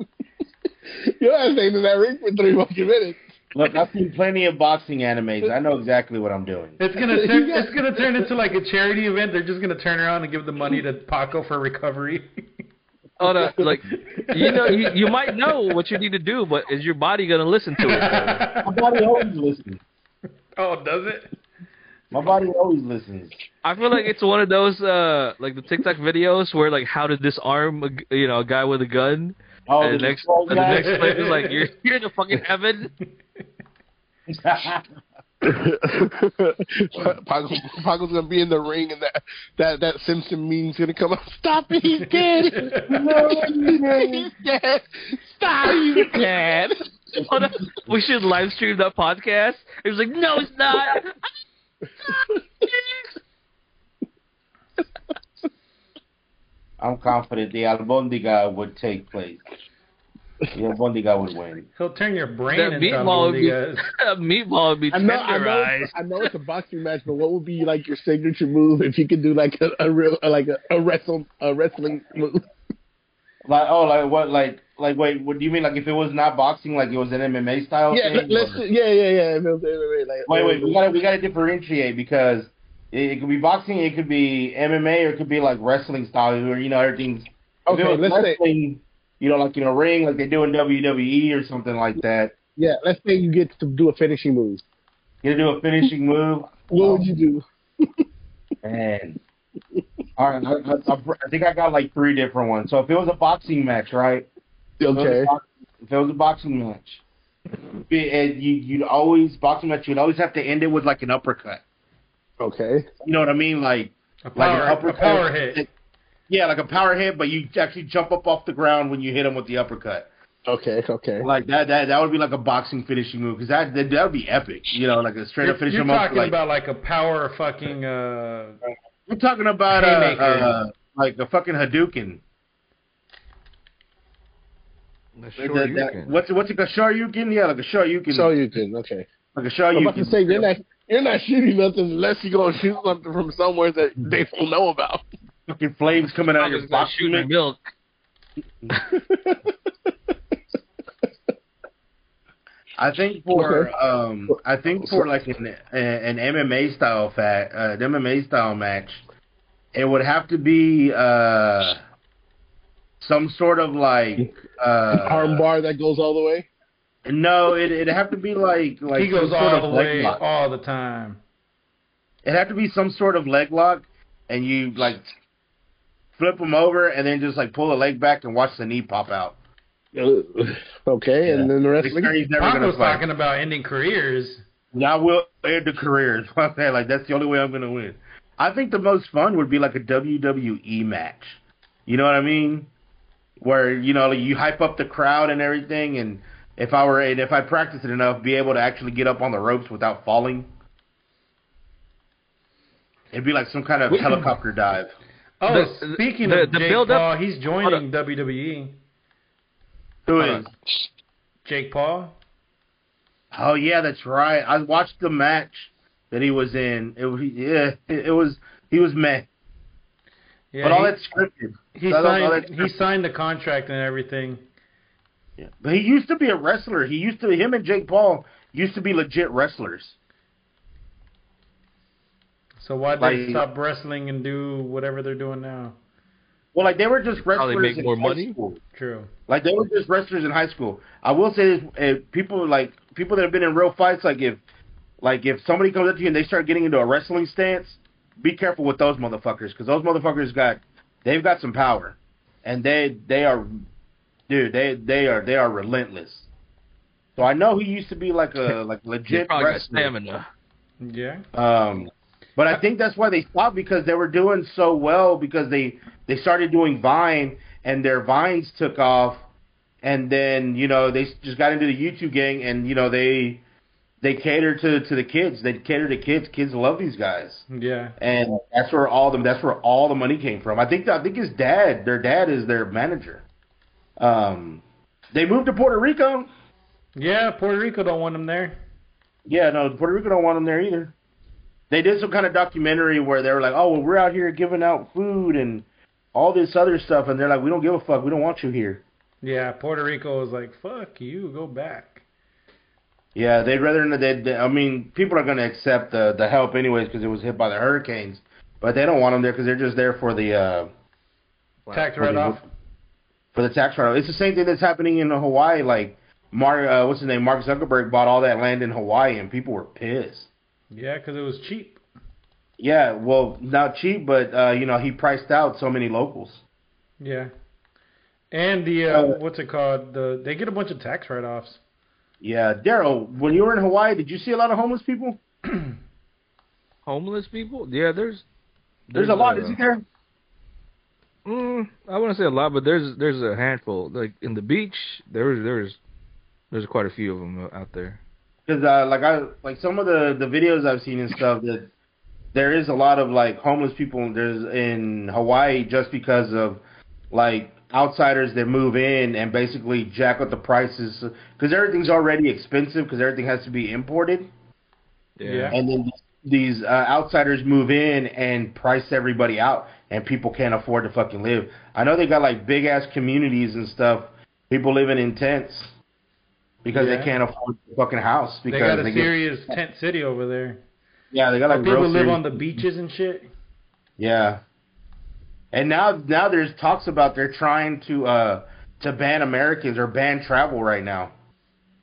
S4: Your ass ain't in that ring for three fucking minutes.
S2: Look, I've seen plenty of boxing animes. I know exactly what I'm doing.
S1: It's gonna turn, it's gonna turn into like a charity event. They're just gonna turn around and give the money to Paco for recovery.
S3: Oh no, like you know, you, you might know
S1: [LAUGHS]
S3: what you need to do, but is your body gonna listen to [LAUGHS] it?
S2: My body always listens.
S1: oh, does it?
S2: My body always listens.
S3: I feel like it's one of those uh like the TikTok videos where like how to disarm a, g- you know a guy with a gun.
S2: Oh,
S3: and
S2: the
S3: the next and
S2: Detroit
S3: the
S2: guy?
S3: next clip is like you're you're the fucking
S2: [LAUGHS]
S3: heaven.
S4: Paco, Paco's gonna be in the ring, and that that that Simpson meme's gonna come up. Stop it! He's dead. No, he's dead. Stop! He's dead.
S3: Hold on, we should live stream that podcast. It was like no, it's not.
S2: I'm confident the Albondiga would take place. The Albondiga would win.
S1: He'll turn your brain
S3: That
S1: into
S3: meatball would be
S1: Albondigas.
S3: [LAUGHS] that meatball would be
S4: I know, I know,
S3: tenderized.
S4: it's- I know it's a boxing match, but what would be like your signature move if you could do like a, a real, like a, a wrestle, a wrestling move?
S2: Like oh like what like like wait what do you mean like if it was not boxing like it was an MMA style
S4: Yeah,
S2: thing?
S4: let- let's,
S2: Or-
S4: yeah, yeah, yeah. if it was MMA, like-
S2: Oh, Wait wait we gotta we gotta differentiate because it, it could be boxing it could be MMA or it could be like wrestling style where you know everything's if it
S4: Okay,
S2: was
S4: let's say,
S2: wrestling, you know like in a ring like they do in WWE or something like that
S4: yeah, let's say you get to do a finishing move.
S2: you do a finishing move
S4: What would you do?
S2: Man. All right, I, I, I think I got like three different ones. So if it was a boxing match, right? If it was a
S4: Okay,
S2: box- If it was a boxing match, be- and you you'd always boxing match, you'd always have to end it with like an uppercut.
S4: okay.
S2: You know what I mean? Like
S1: A
S2: like an
S1: power, a
S2: uppercut.
S1: power hit.
S2: Yeah, like a power hit, but you actually jump up off the ground when you hit him with the uppercut.
S4: Okay, okay.
S2: Like that that that would be like a boxing finishing move because that, that that would be epic. You know, like a straight up
S1: You're,
S2: finish
S1: you're
S2: him off.
S1: talking
S2: like,
S1: about like a power fucking uh,
S2: I'm talking about uh,
S1: Haymaker.
S2: uh, like a fucking Hadouken.
S3: Sure
S2: The-
S3: you
S2: that-
S3: can.
S2: what's what's it, a Shoryuken? Yeah, like a Shoryuken.
S4: So you did, okay.
S2: Like a
S4: I'm about
S2: Shoryuken.
S4: to say you're not you're not shooting nothing unless you're gonna shoot something from somewhere that they don't know about. [LAUGHS]
S2: fucking flames coming out of your
S3: Paco's gonna shoot
S2: boxing
S3: the
S2: mitt.
S3: milk.
S2: I think for
S4: Okay.
S2: um, I think for like an an MMA style fat uh, an MMA style match, it would have to be uh, some sort of like uh,
S4: Arm bar that goes all the way.
S2: no, it it'd have to be like like
S1: he goes
S2: some sort
S1: all
S2: of
S1: the
S2: leg
S1: way
S2: lock.
S1: all the time.
S2: It'd have to be some sort of leg lock, and you like flip him over and then just like pull the leg back and watch the knee pop out.
S4: Uh, Okay, and then the rest.
S2: He's never gonna
S1: Paco's
S2: fight.
S1: talking about ending careers.
S2: Yeah, I will end the career. [LAUGHS] That's what I'm saying. Like that's the only way I'm gonna win. I think the most fun would be like a WWE match. You know what I mean? Where you know like, you hype up the crowd and everything, and if I were and if I practiced it enough, be able to actually get up on the ropes without falling. It'd be like some kind of helicopter dive.
S1: Oh,
S3: The-
S1: speaking
S3: the-
S1: of
S3: the
S1: Jake
S3: build-up-
S1: Paul, he's joining
S3: Hold
S1: WWE.
S2: Who
S3: Hold
S2: is?
S1: Jake Paul.
S2: Oh yeah, that's right. I watched the match that he was in. It was yeah, it, it was he was meh,
S1: Yeah,
S2: but all
S1: he-
S2: that's scripted.
S1: He
S2: That- that-
S1: signed.
S2: that-
S1: He signed the contract and everything.
S2: Yeah. But he used to be a wrestler. He used to him and Jake Paul used to be legit wrestlers.
S1: So why did
S2: Like-
S1: they stop wrestling and do whatever they're doing now?
S2: Well, like they were just
S3: Probably
S2: wrestlers
S3: make
S2: in
S3: more
S2: high
S3: money.
S2: school.
S1: True.
S2: Like they were just wrestlers in high school. I will say this: uh, people like people that have been in real fights, like if like if somebody comes up to you and they start getting into a wrestling stance, be careful with those motherfuckers because those motherfuckers got they've got some power, and they they are dude they they are they are relentless. So I know he used to be like a like
S3: They
S2: legit
S3: probably got
S2: wrestler.
S3: stamina.
S1: Yeah.
S2: Um, but I think that's why they stopped because they were doing so well because they they started doing Vine and their vines took off, and then you know they just got into the YouTube gang and you know they they cater to to the kids. They cater to kids. Kids love these guys,
S1: Yeah.
S2: and that's where all them that's where all the money came from. I think I think his dad, their dad is their manager. Um, they moved to Puerto Rico.
S1: Yeah. Puerto Rico don't want him there.
S2: Yeah, no, Puerto Rico don't want them there either. They did some kind of documentary where they were like, "Oh, well, we're out here giving out food and all this other stuff," and they're like, "We don't give a fuck. We don't want you here."
S1: Yeah. Puerto Rico was like, "Fuck you, go back."
S2: Yeah, they'd rather. They, they, I mean, people are going to accept the the help anyways because it was hit by the hurricanes, but they don't want them there because they're just there for the uh,
S1: Tax write off.
S2: for the tax write It's the same thing that's happening in Hawaii. Like, Mark, uh, what's his name? Mark Zuckerberg bought all that land in Hawaii, and people were pissed.
S1: Yeah, because it was cheap.
S2: Yeah, well, not cheap, but uh, you know, he priced out so many locals.
S1: Yeah. And the uh,
S2: Uh,
S1: what's it called? The they get a bunch of tax write offs.
S2: Yeah, Daryl, when you were in Hawaii, did you see a lot of homeless people?
S3: Homeless people? Yeah, there's
S2: There's, a lot, isn't there?
S3: Mm, I wouldn't say a lot, but there's there's a handful. Like in the beach, there was there's there's quite a few of them out there.
S2: Because uh, like I like some of the the videos I've seen and stuff that there is a lot of like homeless people there's in Hawaii just because of like outsiders that move in and basically jack up the prices because everything's already expensive because everything has to be imported
S1: Yeah.
S2: and
S4: [LAUGHS]
S2: then these uh, outsiders move in and price everybody out, and people can't afford to fucking live. I know they got like big ass communities and stuff. People living in tents because
S1: Yeah.
S2: they can't afford the fucking house
S1: They
S2: because
S1: got a
S2: they get-
S1: serious tent city over there.
S2: yeah they got like
S1: Like people
S2: real
S1: live
S2: serious-
S1: on the beaches and shit.
S2: yeah. And now now there's talks about they're trying to uh to ban Americans or ban travel right now.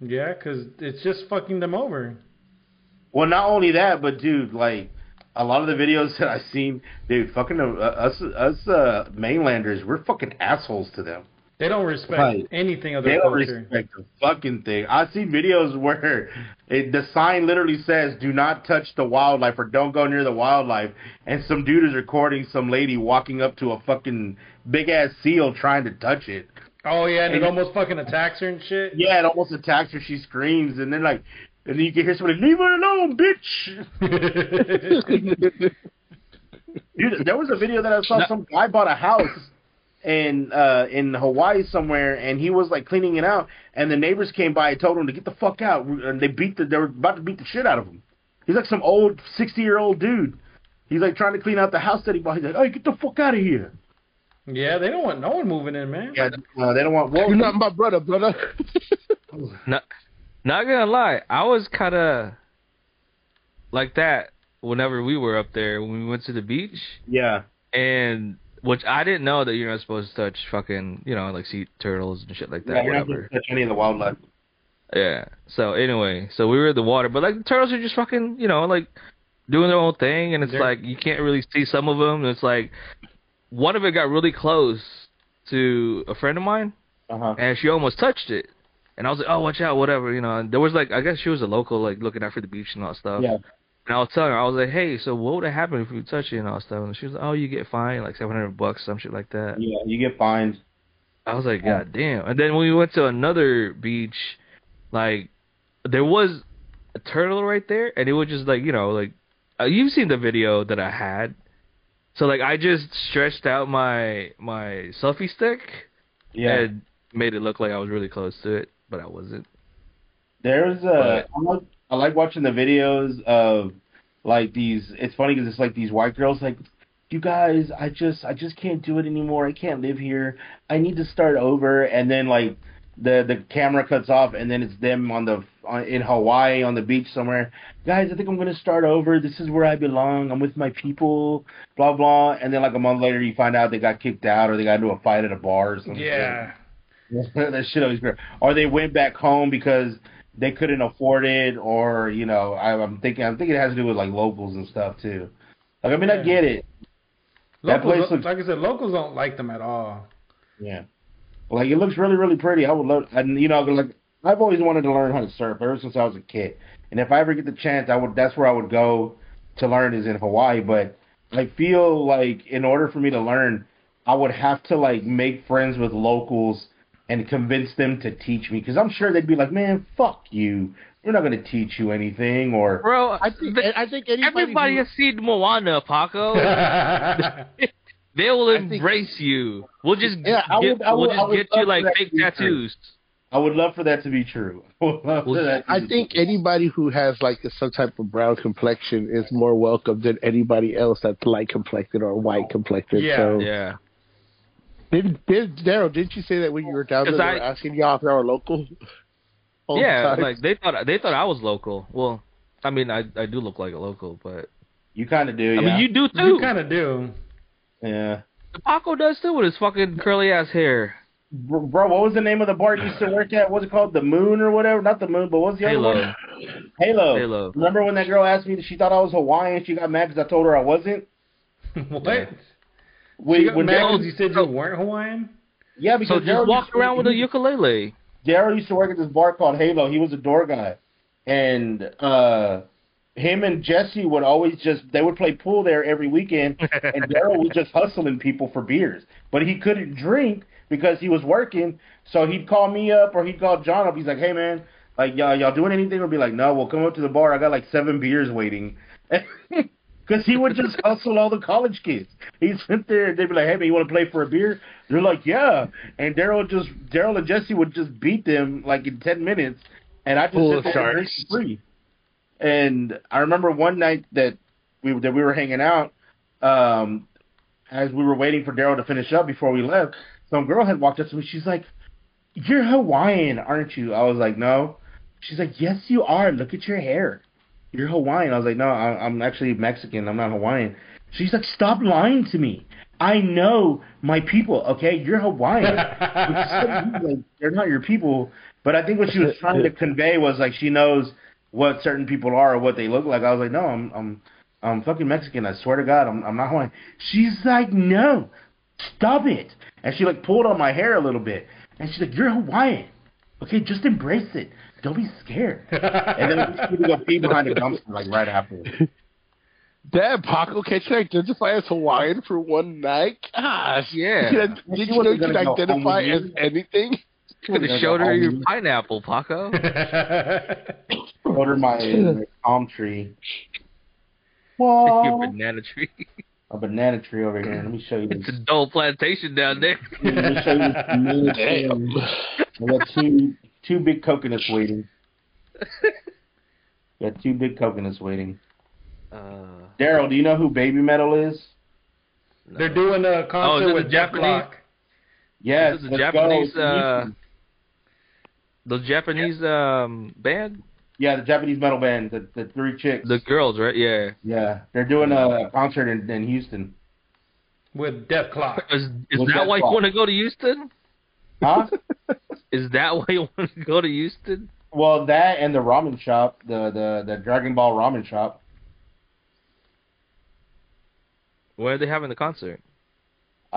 S1: Yeah, because it's just fucking them over.
S2: Well, not only that, but dude, like a lot of the videos [LAUGHS] that I've seen, dude, fucking uh, us us uh, mainlanders, we're fucking assholes to them.
S1: They don't respect
S2: Right.
S1: anything of
S2: They
S1: their
S2: don't
S1: culture.
S2: respect the fucking thing. I've seen videos where it, the sign literally says "Do not touch the wildlife" or "Don't go near the wildlife," and some dude is recording some lady walking up to a fucking big ass seal trying to touch it.
S1: Oh yeah, and it
S2: And-
S1: almost fucking attacks her and shit.
S2: Yeah, it almost attacks her. She screams, and then like, and then you can hear somebody, "Leave her alone, bitch." Dude, there was a video that I saw. Some guy bought a house in uh, in Hawaii somewhere, and he was like cleaning it out, and the neighbors came by and told him to get the fuck out, and they beat the they were about to beat the shit out of him. He's like some old sixty year old dude. He's like trying to clean out the house that he bought. He's like, "Hey, get the fuck out of here!"
S1: [LAUGHS] yeah, they don't want no one moving in, man.
S2: Yeah, uh, they don't want. Well,
S4: You're not my brother, brother.
S3: Not gonna lie, I was kind of like that whenever we were up there when we went to the beach,
S2: yeah,
S3: and which I didn't know that you're not supposed to touch fucking you know like sea turtles and shit like that.
S2: yeah, you're not
S3: whatever.
S2: going to touch any of the wildlife.
S3: Yeah. So anyway, so we were in the water, but like the turtles are just fucking, you know, like doing their own thing, and it's
S1: They're-
S3: like you can't really see some of them. And it's like one of it got really close to a friend of mine,
S2: Uh huh.
S3: and she almost touched it, and I was like, oh, watch out, whatever, you know. And there was like, I guess she was a local, like looking out for the beach and all that stuff.
S2: Yeah.
S3: And I was telling her, I was like, hey, so what would have happened if you touched it and all that stuff? And she was like, oh, you get fined like seven hundred bucks, some shit like that.
S2: Yeah, you get fined.
S3: I was like,
S4: Oh.
S2: Yeah.
S3: God damn. And then when we went to another beach, like, there was a turtle right there, and it was just like, you know, like, uh, you've seen the video that I had. So, like, I just stretched out my my selfie stick
S2: Yeah.
S3: and made it look like I was really close to it, but I wasn't.
S2: There's a
S3: But-
S2: I like, I like watching the videos of like these. It's funny because it's like these white girls like, you guys, I just I just can't do it anymore. I can't live here. I need to start over. And then like the the camera cuts off, and then it's them on the on, in Hawaii on the beach somewhere. Guys, I think I'm gonna start over. This is where I belong. I'm with my people. Blah blah. And then like a month later, you find out they got kicked out or they got into a fight at a bar or something.
S1: Yeah.
S2: [LAUGHS] that shit always great. Or they went back home because they couldn't afford it, or you know, I, I'm thinking, I'm thinking it has to do with like locals and stuff too. Like, I mean, I
S1: Yeah.
S2: get it. That
S1: Locals,
S2: place looks-
S1: like I said, locals don't like them at
S3: [LAUGHS]
S1: all.
S2: Yeah. Like it looks really, really pretty. I would love, and you know, like I've always wanted to learn how to surf ever since I was a kid. And if I ever get the chance, I would. That's where I would go to learn is in Hawaii. But I feel like in order for me to learn, I would have to like make friends with locals and convince them to teach me. Because I'm sure they'd be like, "Man, fuck you. We're not going to teach you anything." Or
S3: Bro,
S4: [LAUGHS] I think
S3: the-
S4: I think anybody
S3: everybody
S4: who-
S3: has seen Moana, Paco. [LAUGHS] Oh. they will
S4: I think-
S3: embrace you. We'll just
S4: Yeah, I
S3: get,
S4: would- I
S3: we'll
S4: would-
S3: just
S4: I would
S3: get you
S2: love
S3: like
S2: for that
S3: fake
S2: to be true.
S3: tattoos.
S2: I would love for that to be true. [LAUGHS] I would love for that to
S4: I
S2: be
S4: think anybody who has like some type of brown complexion is more welcome than anybody else that's light complected or white complected.
S1: Yeah.
S4: so,
S3: Yeah.
S4: Didn't, did, Daryl, didn't you say that when you were down there,
S3: 'Cause
S4: they
S3: I-
S4: were asking y'all if y'all were local? All the
S3: yeah,
S4: time?
S3: like they thought they thought I was local. Well, I mean, I I do look like a local, but
S2: you kind of do.
S3: I
S2: yeah.
S3: mean, you do
S1: you
S3: too.
S1: kind of do.
S2: yeah.
S3: Paco does too with his fucking curly ass hair.
S2: Bro, bro, what was the name of the bar you used to work at? What's it called? The Moon or whatever? Not the Moon, but what was the other
S3: Halo,
S2: one? Halo.
S3: Halo.
S2: Remember when that girl asked me that she thought I was Hawaiian? She got mad because I told her I wasn't.
S1: what?
S3: Yeah.
S2: We,
S1: You got
S2: when
S1: mad
S2: Daryl-
S1: 'cause you said you weren't Hawaiian?
S2: [LAUGHS] yeah,
S3: So
S2: because Daryl
S3: just walk
S2: used to-
S3: around with a
S2: [LAUGHS]
S3: ukulele.
S2: Daryl used to work at this bar called Halo. He was a door guy, and uh, him and Jesse would always just they would play pool there every weekend, and Daryl was just hustling people for beers, but he couldn't drink because he was working. So he'd call me up or he'd call John up. He's like, "Hey man, like y'all y'all doing anything?" I'd be like, "No, we'll come up to the bar. I got like seven beers waiting." [LAUGHS] Because he would just hustle all the college kids. He'd sit there and they'd be like, "Hey man, you want to play for a beer?" They're like, "Yeah." And Daryl just Daryl and Jesse would just beat them like in ten minutes, and I just
S4: Pool
S2: sit there and drink
S4: sharks.
S2: for free. And I remember one night that we that we were hanging out, um, as we were waiting for Daryl to finish up before we left, some girl had walked up to me. She's like, "You're Hawaiian, aren't you?" I was like, "No." She's like, "Yes, you are. Look at your hair. You're Hawaiian." I was like, "No, I, I'm actually Mexican. I'm not Hawaiian." She's like, "Stop lying to me. I know my people. Okay, you're Hawaiian." Which is so weird, like, they're not your people. But I think what she was trying to convey was like she knows what certain people are or what they look like. I was like, no, I'm I'm I'm fucking Mexican. I swear to God, I'm I'm not Hawaiian. She's like, no, stop it. And she like pulled on my hair a little bit, and she's like, you're Hawaiian. Okay, just embrace it. Don't be scared. And then she would go pee behind the dumpster like
S3: [LAUGHS]
S2: right after.
S4: Damn, Paco, can't you identify as Hawaiian for one night? Gosh.
S3: Yeah.
S4: You can-
S2: She
S4: Did you know
S2: wasn't
S4: you can
S2: gonna go
S4: identify
S2: home
S4: as
S2: with you.
S4: anything?
S3: Could have showed her your pineapple, Paco.
S2: Order my, my palm tree.
S3: [LAUGHS] your
S2: Whoa,
S3: banana
S2: [LAUGHS]
S3: tree.
S2: a banana tree over here. Let me show you
S3: It's a
S2: this.
S3: dull plantation down there. [LAUGHS]
S2: Let me show you this banana tree.
S4: Damn.
S2: I got two two big coconuts waiting. got two big coconuts waiting.
S3: Uh,
S2: Daryl, do you know who Baby Metal is?
S1: [LAUGHS]
S3: no.
S1: They're doing a concert
S3: Oh, is it
S1: with
S3: the
S1: Jeff
S3: Japanese?
S1: Block.
S2: Yes,
S3: This is a
S2: let's
S3: Japanese,
S2: go.
S3: uh, the Japanese um band,
S2: yeah, the Japanese metal band, the, the three chicks.
S3: the girls, right? Yeah,
S2: yeah, they're doing a concert in, in Houston.
S1: With Death Clock.
S3: is, is
S2: What's
S3: that
S2: that
S3: why you
S2: called?
S3: want to go to Houston? [LAUGHS]
S2: Huh?
S3: Is that why you [LAUGHS] want to go to Houston?
S2: well, that and the ramen shop, the, the the Dragon Ball ramen shop.
S3: Where are they having the concert?
S2: Uh,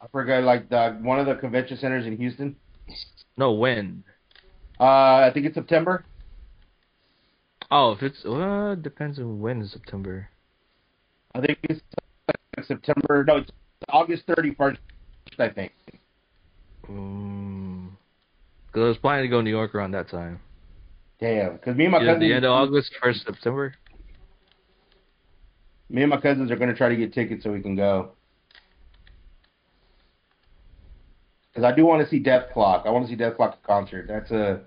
S2: I forgot like the one of the convention centers in Houston.
S3: No, when?
S2: Uh, I think it's September.
S3: Oh, if it's uh, depends on when in September.
S2: I think it's like September. No, it's August 31st, I think.
S3: Mm. Cause I was planning to go to New York around that time.
S2: Damn, because me and my
S3: Either
S2: cousin,
S3: the end of August, first September.
S2: me and my cousins are gonna try to get tickets so we can go. Because I do want to see Death Clock. I want to see Death Clock at concert. That's a,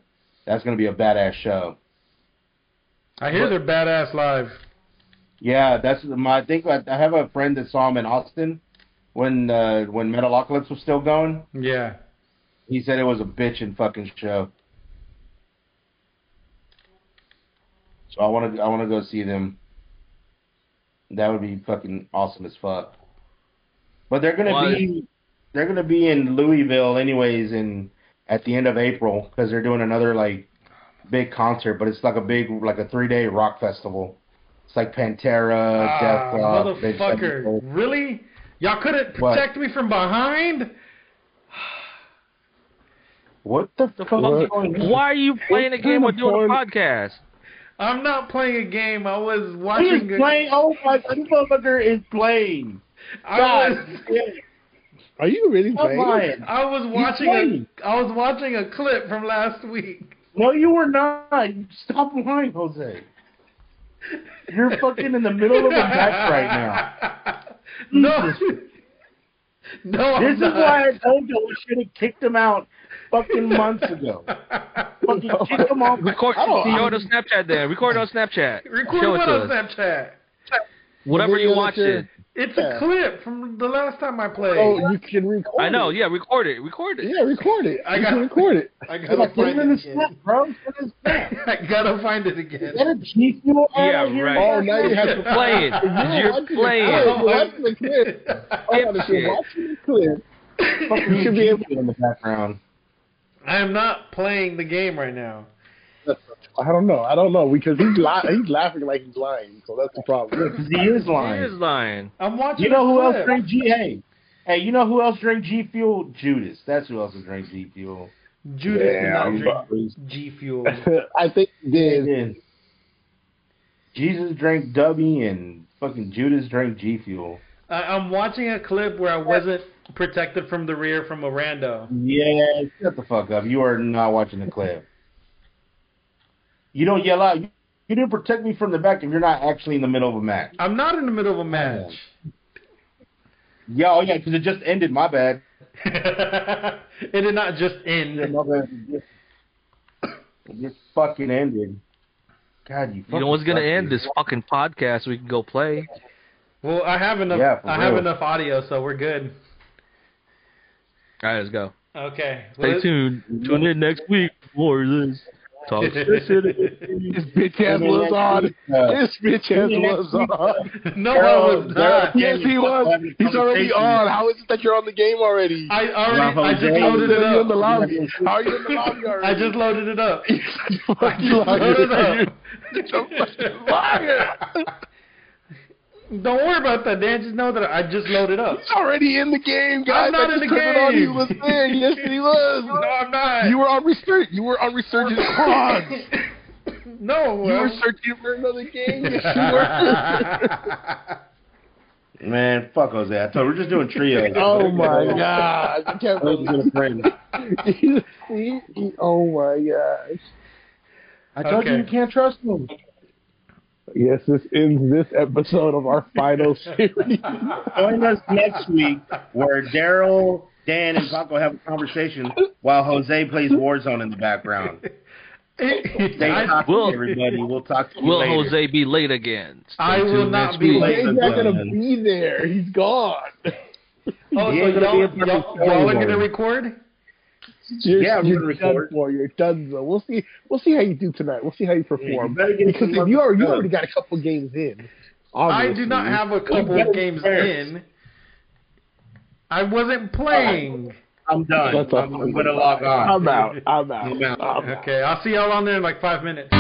S2: that's gonna be a badass show.
S1: I hear
S3: What?
S1: they're badass live.
S2: Yeah, that's my. I think I, I have a friend that saw him in Austin when uh, when Metalocalypse was still going.
S1: Yeah.
S2: He said it was a bitchin' fucking show. So I want to I want to go see them. That would be fucking awesome as fuck. But they're gonna
S3: Why?
S2: be they're gonna be in Louisville anyways in at the end of April because they're doing another like big concert, but it's like a big like a three day rock festival. It's like Pantera,
S1: Ah,
S2: Death Rock, Avenged
S1: motherfucker.
S2: Sevenfold.
S1: Really? Y'all couldn't
S2: uh, What?
S1: protect me from behind?
S2: What the,
S3: The
S2: fuck is
S3: fuck?
S2: going on?
S3: Why are you playing a game or doing a
S4: Porn.
S3: podcast?
S1: I'm not playing a game. I was
S2: He is
S1: watching. a-
S2: playing. Oh my, this motherfucker is playing.
S1: I was.
S3: [LAUGHS]
S4: Are you really
S2: Stop
S4: playing?
S2: lying.
S1: [LAUGHS] I was watching
S2: playing.
S1: a. I was watching a clip from last week.
S2: No, you were not. Stop lying, Jose. You're fucking in the
S1: [LAUGHS]
S2: middle of a match right now.
S1: no. [LAUGHS] No, I'm
S2: This is
S1: not.
S2: why I told you we should have kicked him out fucking months ago. Fucking
S3: [LAUGHS]
S2: kick him off.
S3: Record
S4: I don't-
S3: show it on Snapchat then. Record it on Snapchat.
S1: [LAUGHS] [LAUGHS] Record
S3: show
S1: what
S3: it to
S1: on
S3: us.
S1: Snapchat?
S3: Whatever
S4: Video
S3: you
S4: that
S3: watch
S4: you're-
S3: it.
S1: It's
S4: Yeah.
S1: a clip from the last time I played.
S4: Oh, you can record.
S3: I know.
S4: It.
S3: Yeah, record it. Record it.
S4: Yeah, record it.
S1: I
S4: you
S1: got-
S4: can record it.
S1: I
S2: He's
S1: gotta
S2: like, put
S1: find
S2: him in
S1: it
S2: the
S1: again.
S2: snap, bro. Put him in the snap.
S1: [LAUGHS] I gotta find it
S2: Is that
S1: again.
S2: a G Fuel ad
S3: Yeah,
S2: out here?
S3: right.
S4: Oh, now you have to
S3: Play it.
S4: [LAUGHS] You're
S3: You're
S4: watching
S3: playing.
S4: [LAUGHS] the clip. You're watching the clip. Oh,
S3: Shit.
S4: you're watching the clip.
S2: Fucking
S4: You should be able.
S2: to in the background.
S1: [LAUGHS] I am not playing the game right now.
S4: I don't know. I don't know because he's li- he's laughing like he's lying, so that's the
S2: [LAUGHS]
S4: problem.
S2: 'Cause he is
S3: He is
S2: lying.
S3: lying.
S1: I'm watching.
S2: You know
S1: a
S2: who else
S1: clip.
S2: drank G? Hey, hey, you know who else drank G Fuel? Judas. That's who else drank G Fuel.
S1: Judas
S4: Yeah,
S1: did
S4: I'm
S1: not drink G Fuel.
S4: I think he
S2: It
S4: did.
S2: is. Jesus drank W and fucking Judas drank G Fuel.
S1: I, I'm watching a clip where I wasn't protected from the rear from a rando.
S2: Yeah, shut the fuck up. You are not watching the clip. You don't yell out. You, you didn't protect me from the back if you're not actually in the middle of a match.
S1: I'm not in the middle of a match. [LAUGHS]
S2: Yeah, oh yeah, because it just ended. My bad.
S1: it did not just
S2: Yeah,
S1: end.
S2: my bad. It just, it just fucking ended. God, you.
S3: You
S2: Fucking
S3: know what's gonna
S2: suck,
S3: end
S2: dude.
S3: this fucking podcast? We can go play.
S1: Well, I have enough.
S2: Yeah, for
S1: I have
S2: real.
S1: enough audio, so we're good.
S3: All right, let's go.
S1: Okay.
S3: Stay
S1: [LAUGHS] Let's-
S3: tuned. Tune in next week for this
S1: [LAUGHS]
S3: talk.
S4: This bitch ass
S2: Tune in
S4: was
S2: next
S4: on.
S2: week, uh,
S4: This bitch ass
S2: in next
S4: was
S2: week,
S4: on.
S1: no, I
S2: Girl,
S1: was
S2: girl.
S1: not.
S4: Yes, he was.
S2: Having
S4: He's already
S2: conversation.
S4: on. How is it that you're on the game already?
S1: I already.
S2: Rafa
S1: I just
S2: was
S4: How is
S1: loaded
S4: it that
S1: it
S4: you're in the
S1: up.
S4: lobby? How are you in
S2: [LAUGHS]
S4: the
S1: [LAUGHS]
S4: lobby
S1: I
S4: already?
S1: just loaded it up. I just loaded
S4: [LAUGHS] You're
S1: it
S4: a fucking liar.
S1: up. Don't worry about that, Dan. Just know that I just loaded up.
S4: He's already in the game, guys.
S1: I'm not
S4: I
S1: in
S4: just
S1: the
S4: turned it on.
S1: game.
S4: He was there. Yes,
S1: [LAUGHS]
S4: he
S1: No,
S4: was.
S1: I'm not.
S4: You were on resurgent. You were on
S1: [LAUGHS]
S4: resurgent bronze.
S1: no.
S4: You were
S1: I'm-
S4: searching for
S1: [LAUGHS]
S4: another game. Yes, you
S2: [LAUGHS]
S4: were.
S2: Man, fuck Jose. I told you, we're just doing trios.
S4: [LAUGHS]
S2: [LAUGHS]
S4: oh my god! I can't
S2: Jose's
S4: believe
S2: gonna pray.
S4: it. See? [LAUGHS] oh my gosh!
S2: I told you
S1: Okay.
S2: you can't trust him.
S4: Yes, this ends this episode of our
S1: [LAUGHS]
S4: final series.
S2: Join us next week where Daryl, Dan, and Paco have a conversation while Jose plays Warzone in the background. Stay
S1: I,
S2: cocky,
S3: Will-
S2: everybody. We'll talk to you
S3: Will
S2: later.
S3: Jose be late again? Stay
S1: I will
S3: tuned
S1: not
S3: next
S1: be
S3: week.
S1: late.
S4: He's not gonna be there. He's gone.
S1: oh, so
S2: Yeah,
S1: y'all,
S2: you're gonna be a
S1: y'all,
S2: fucking
S1: y'all are
S2: terrible.
S1: gonna record?
S4: You're,
S2: Yeah, I'm
S4: you're
S2: gonna
S4: done
S2: record.
S4: for. You're done. though. We'll see. We'll see how you do tonight. We'll see how you
S2: You
S4: perform.
S2: better get
S4: Because
S2: some
S4: if you are, you
S2: work
S4: already got a couple games in.
S1: I
S4: obviously.
S1: do not have a couple
S2: better
S1: of games
S2: prepare.
S1: in. I wasn't playing.
S2: done. I'm done.
S4: That's all.
S2: I'm, I'm gonna log on.
S4: I'm out. I'm out.
S2: I'm out.
S4: I'm out.
S1: Okay, I'll see y'all on there in like five minutes.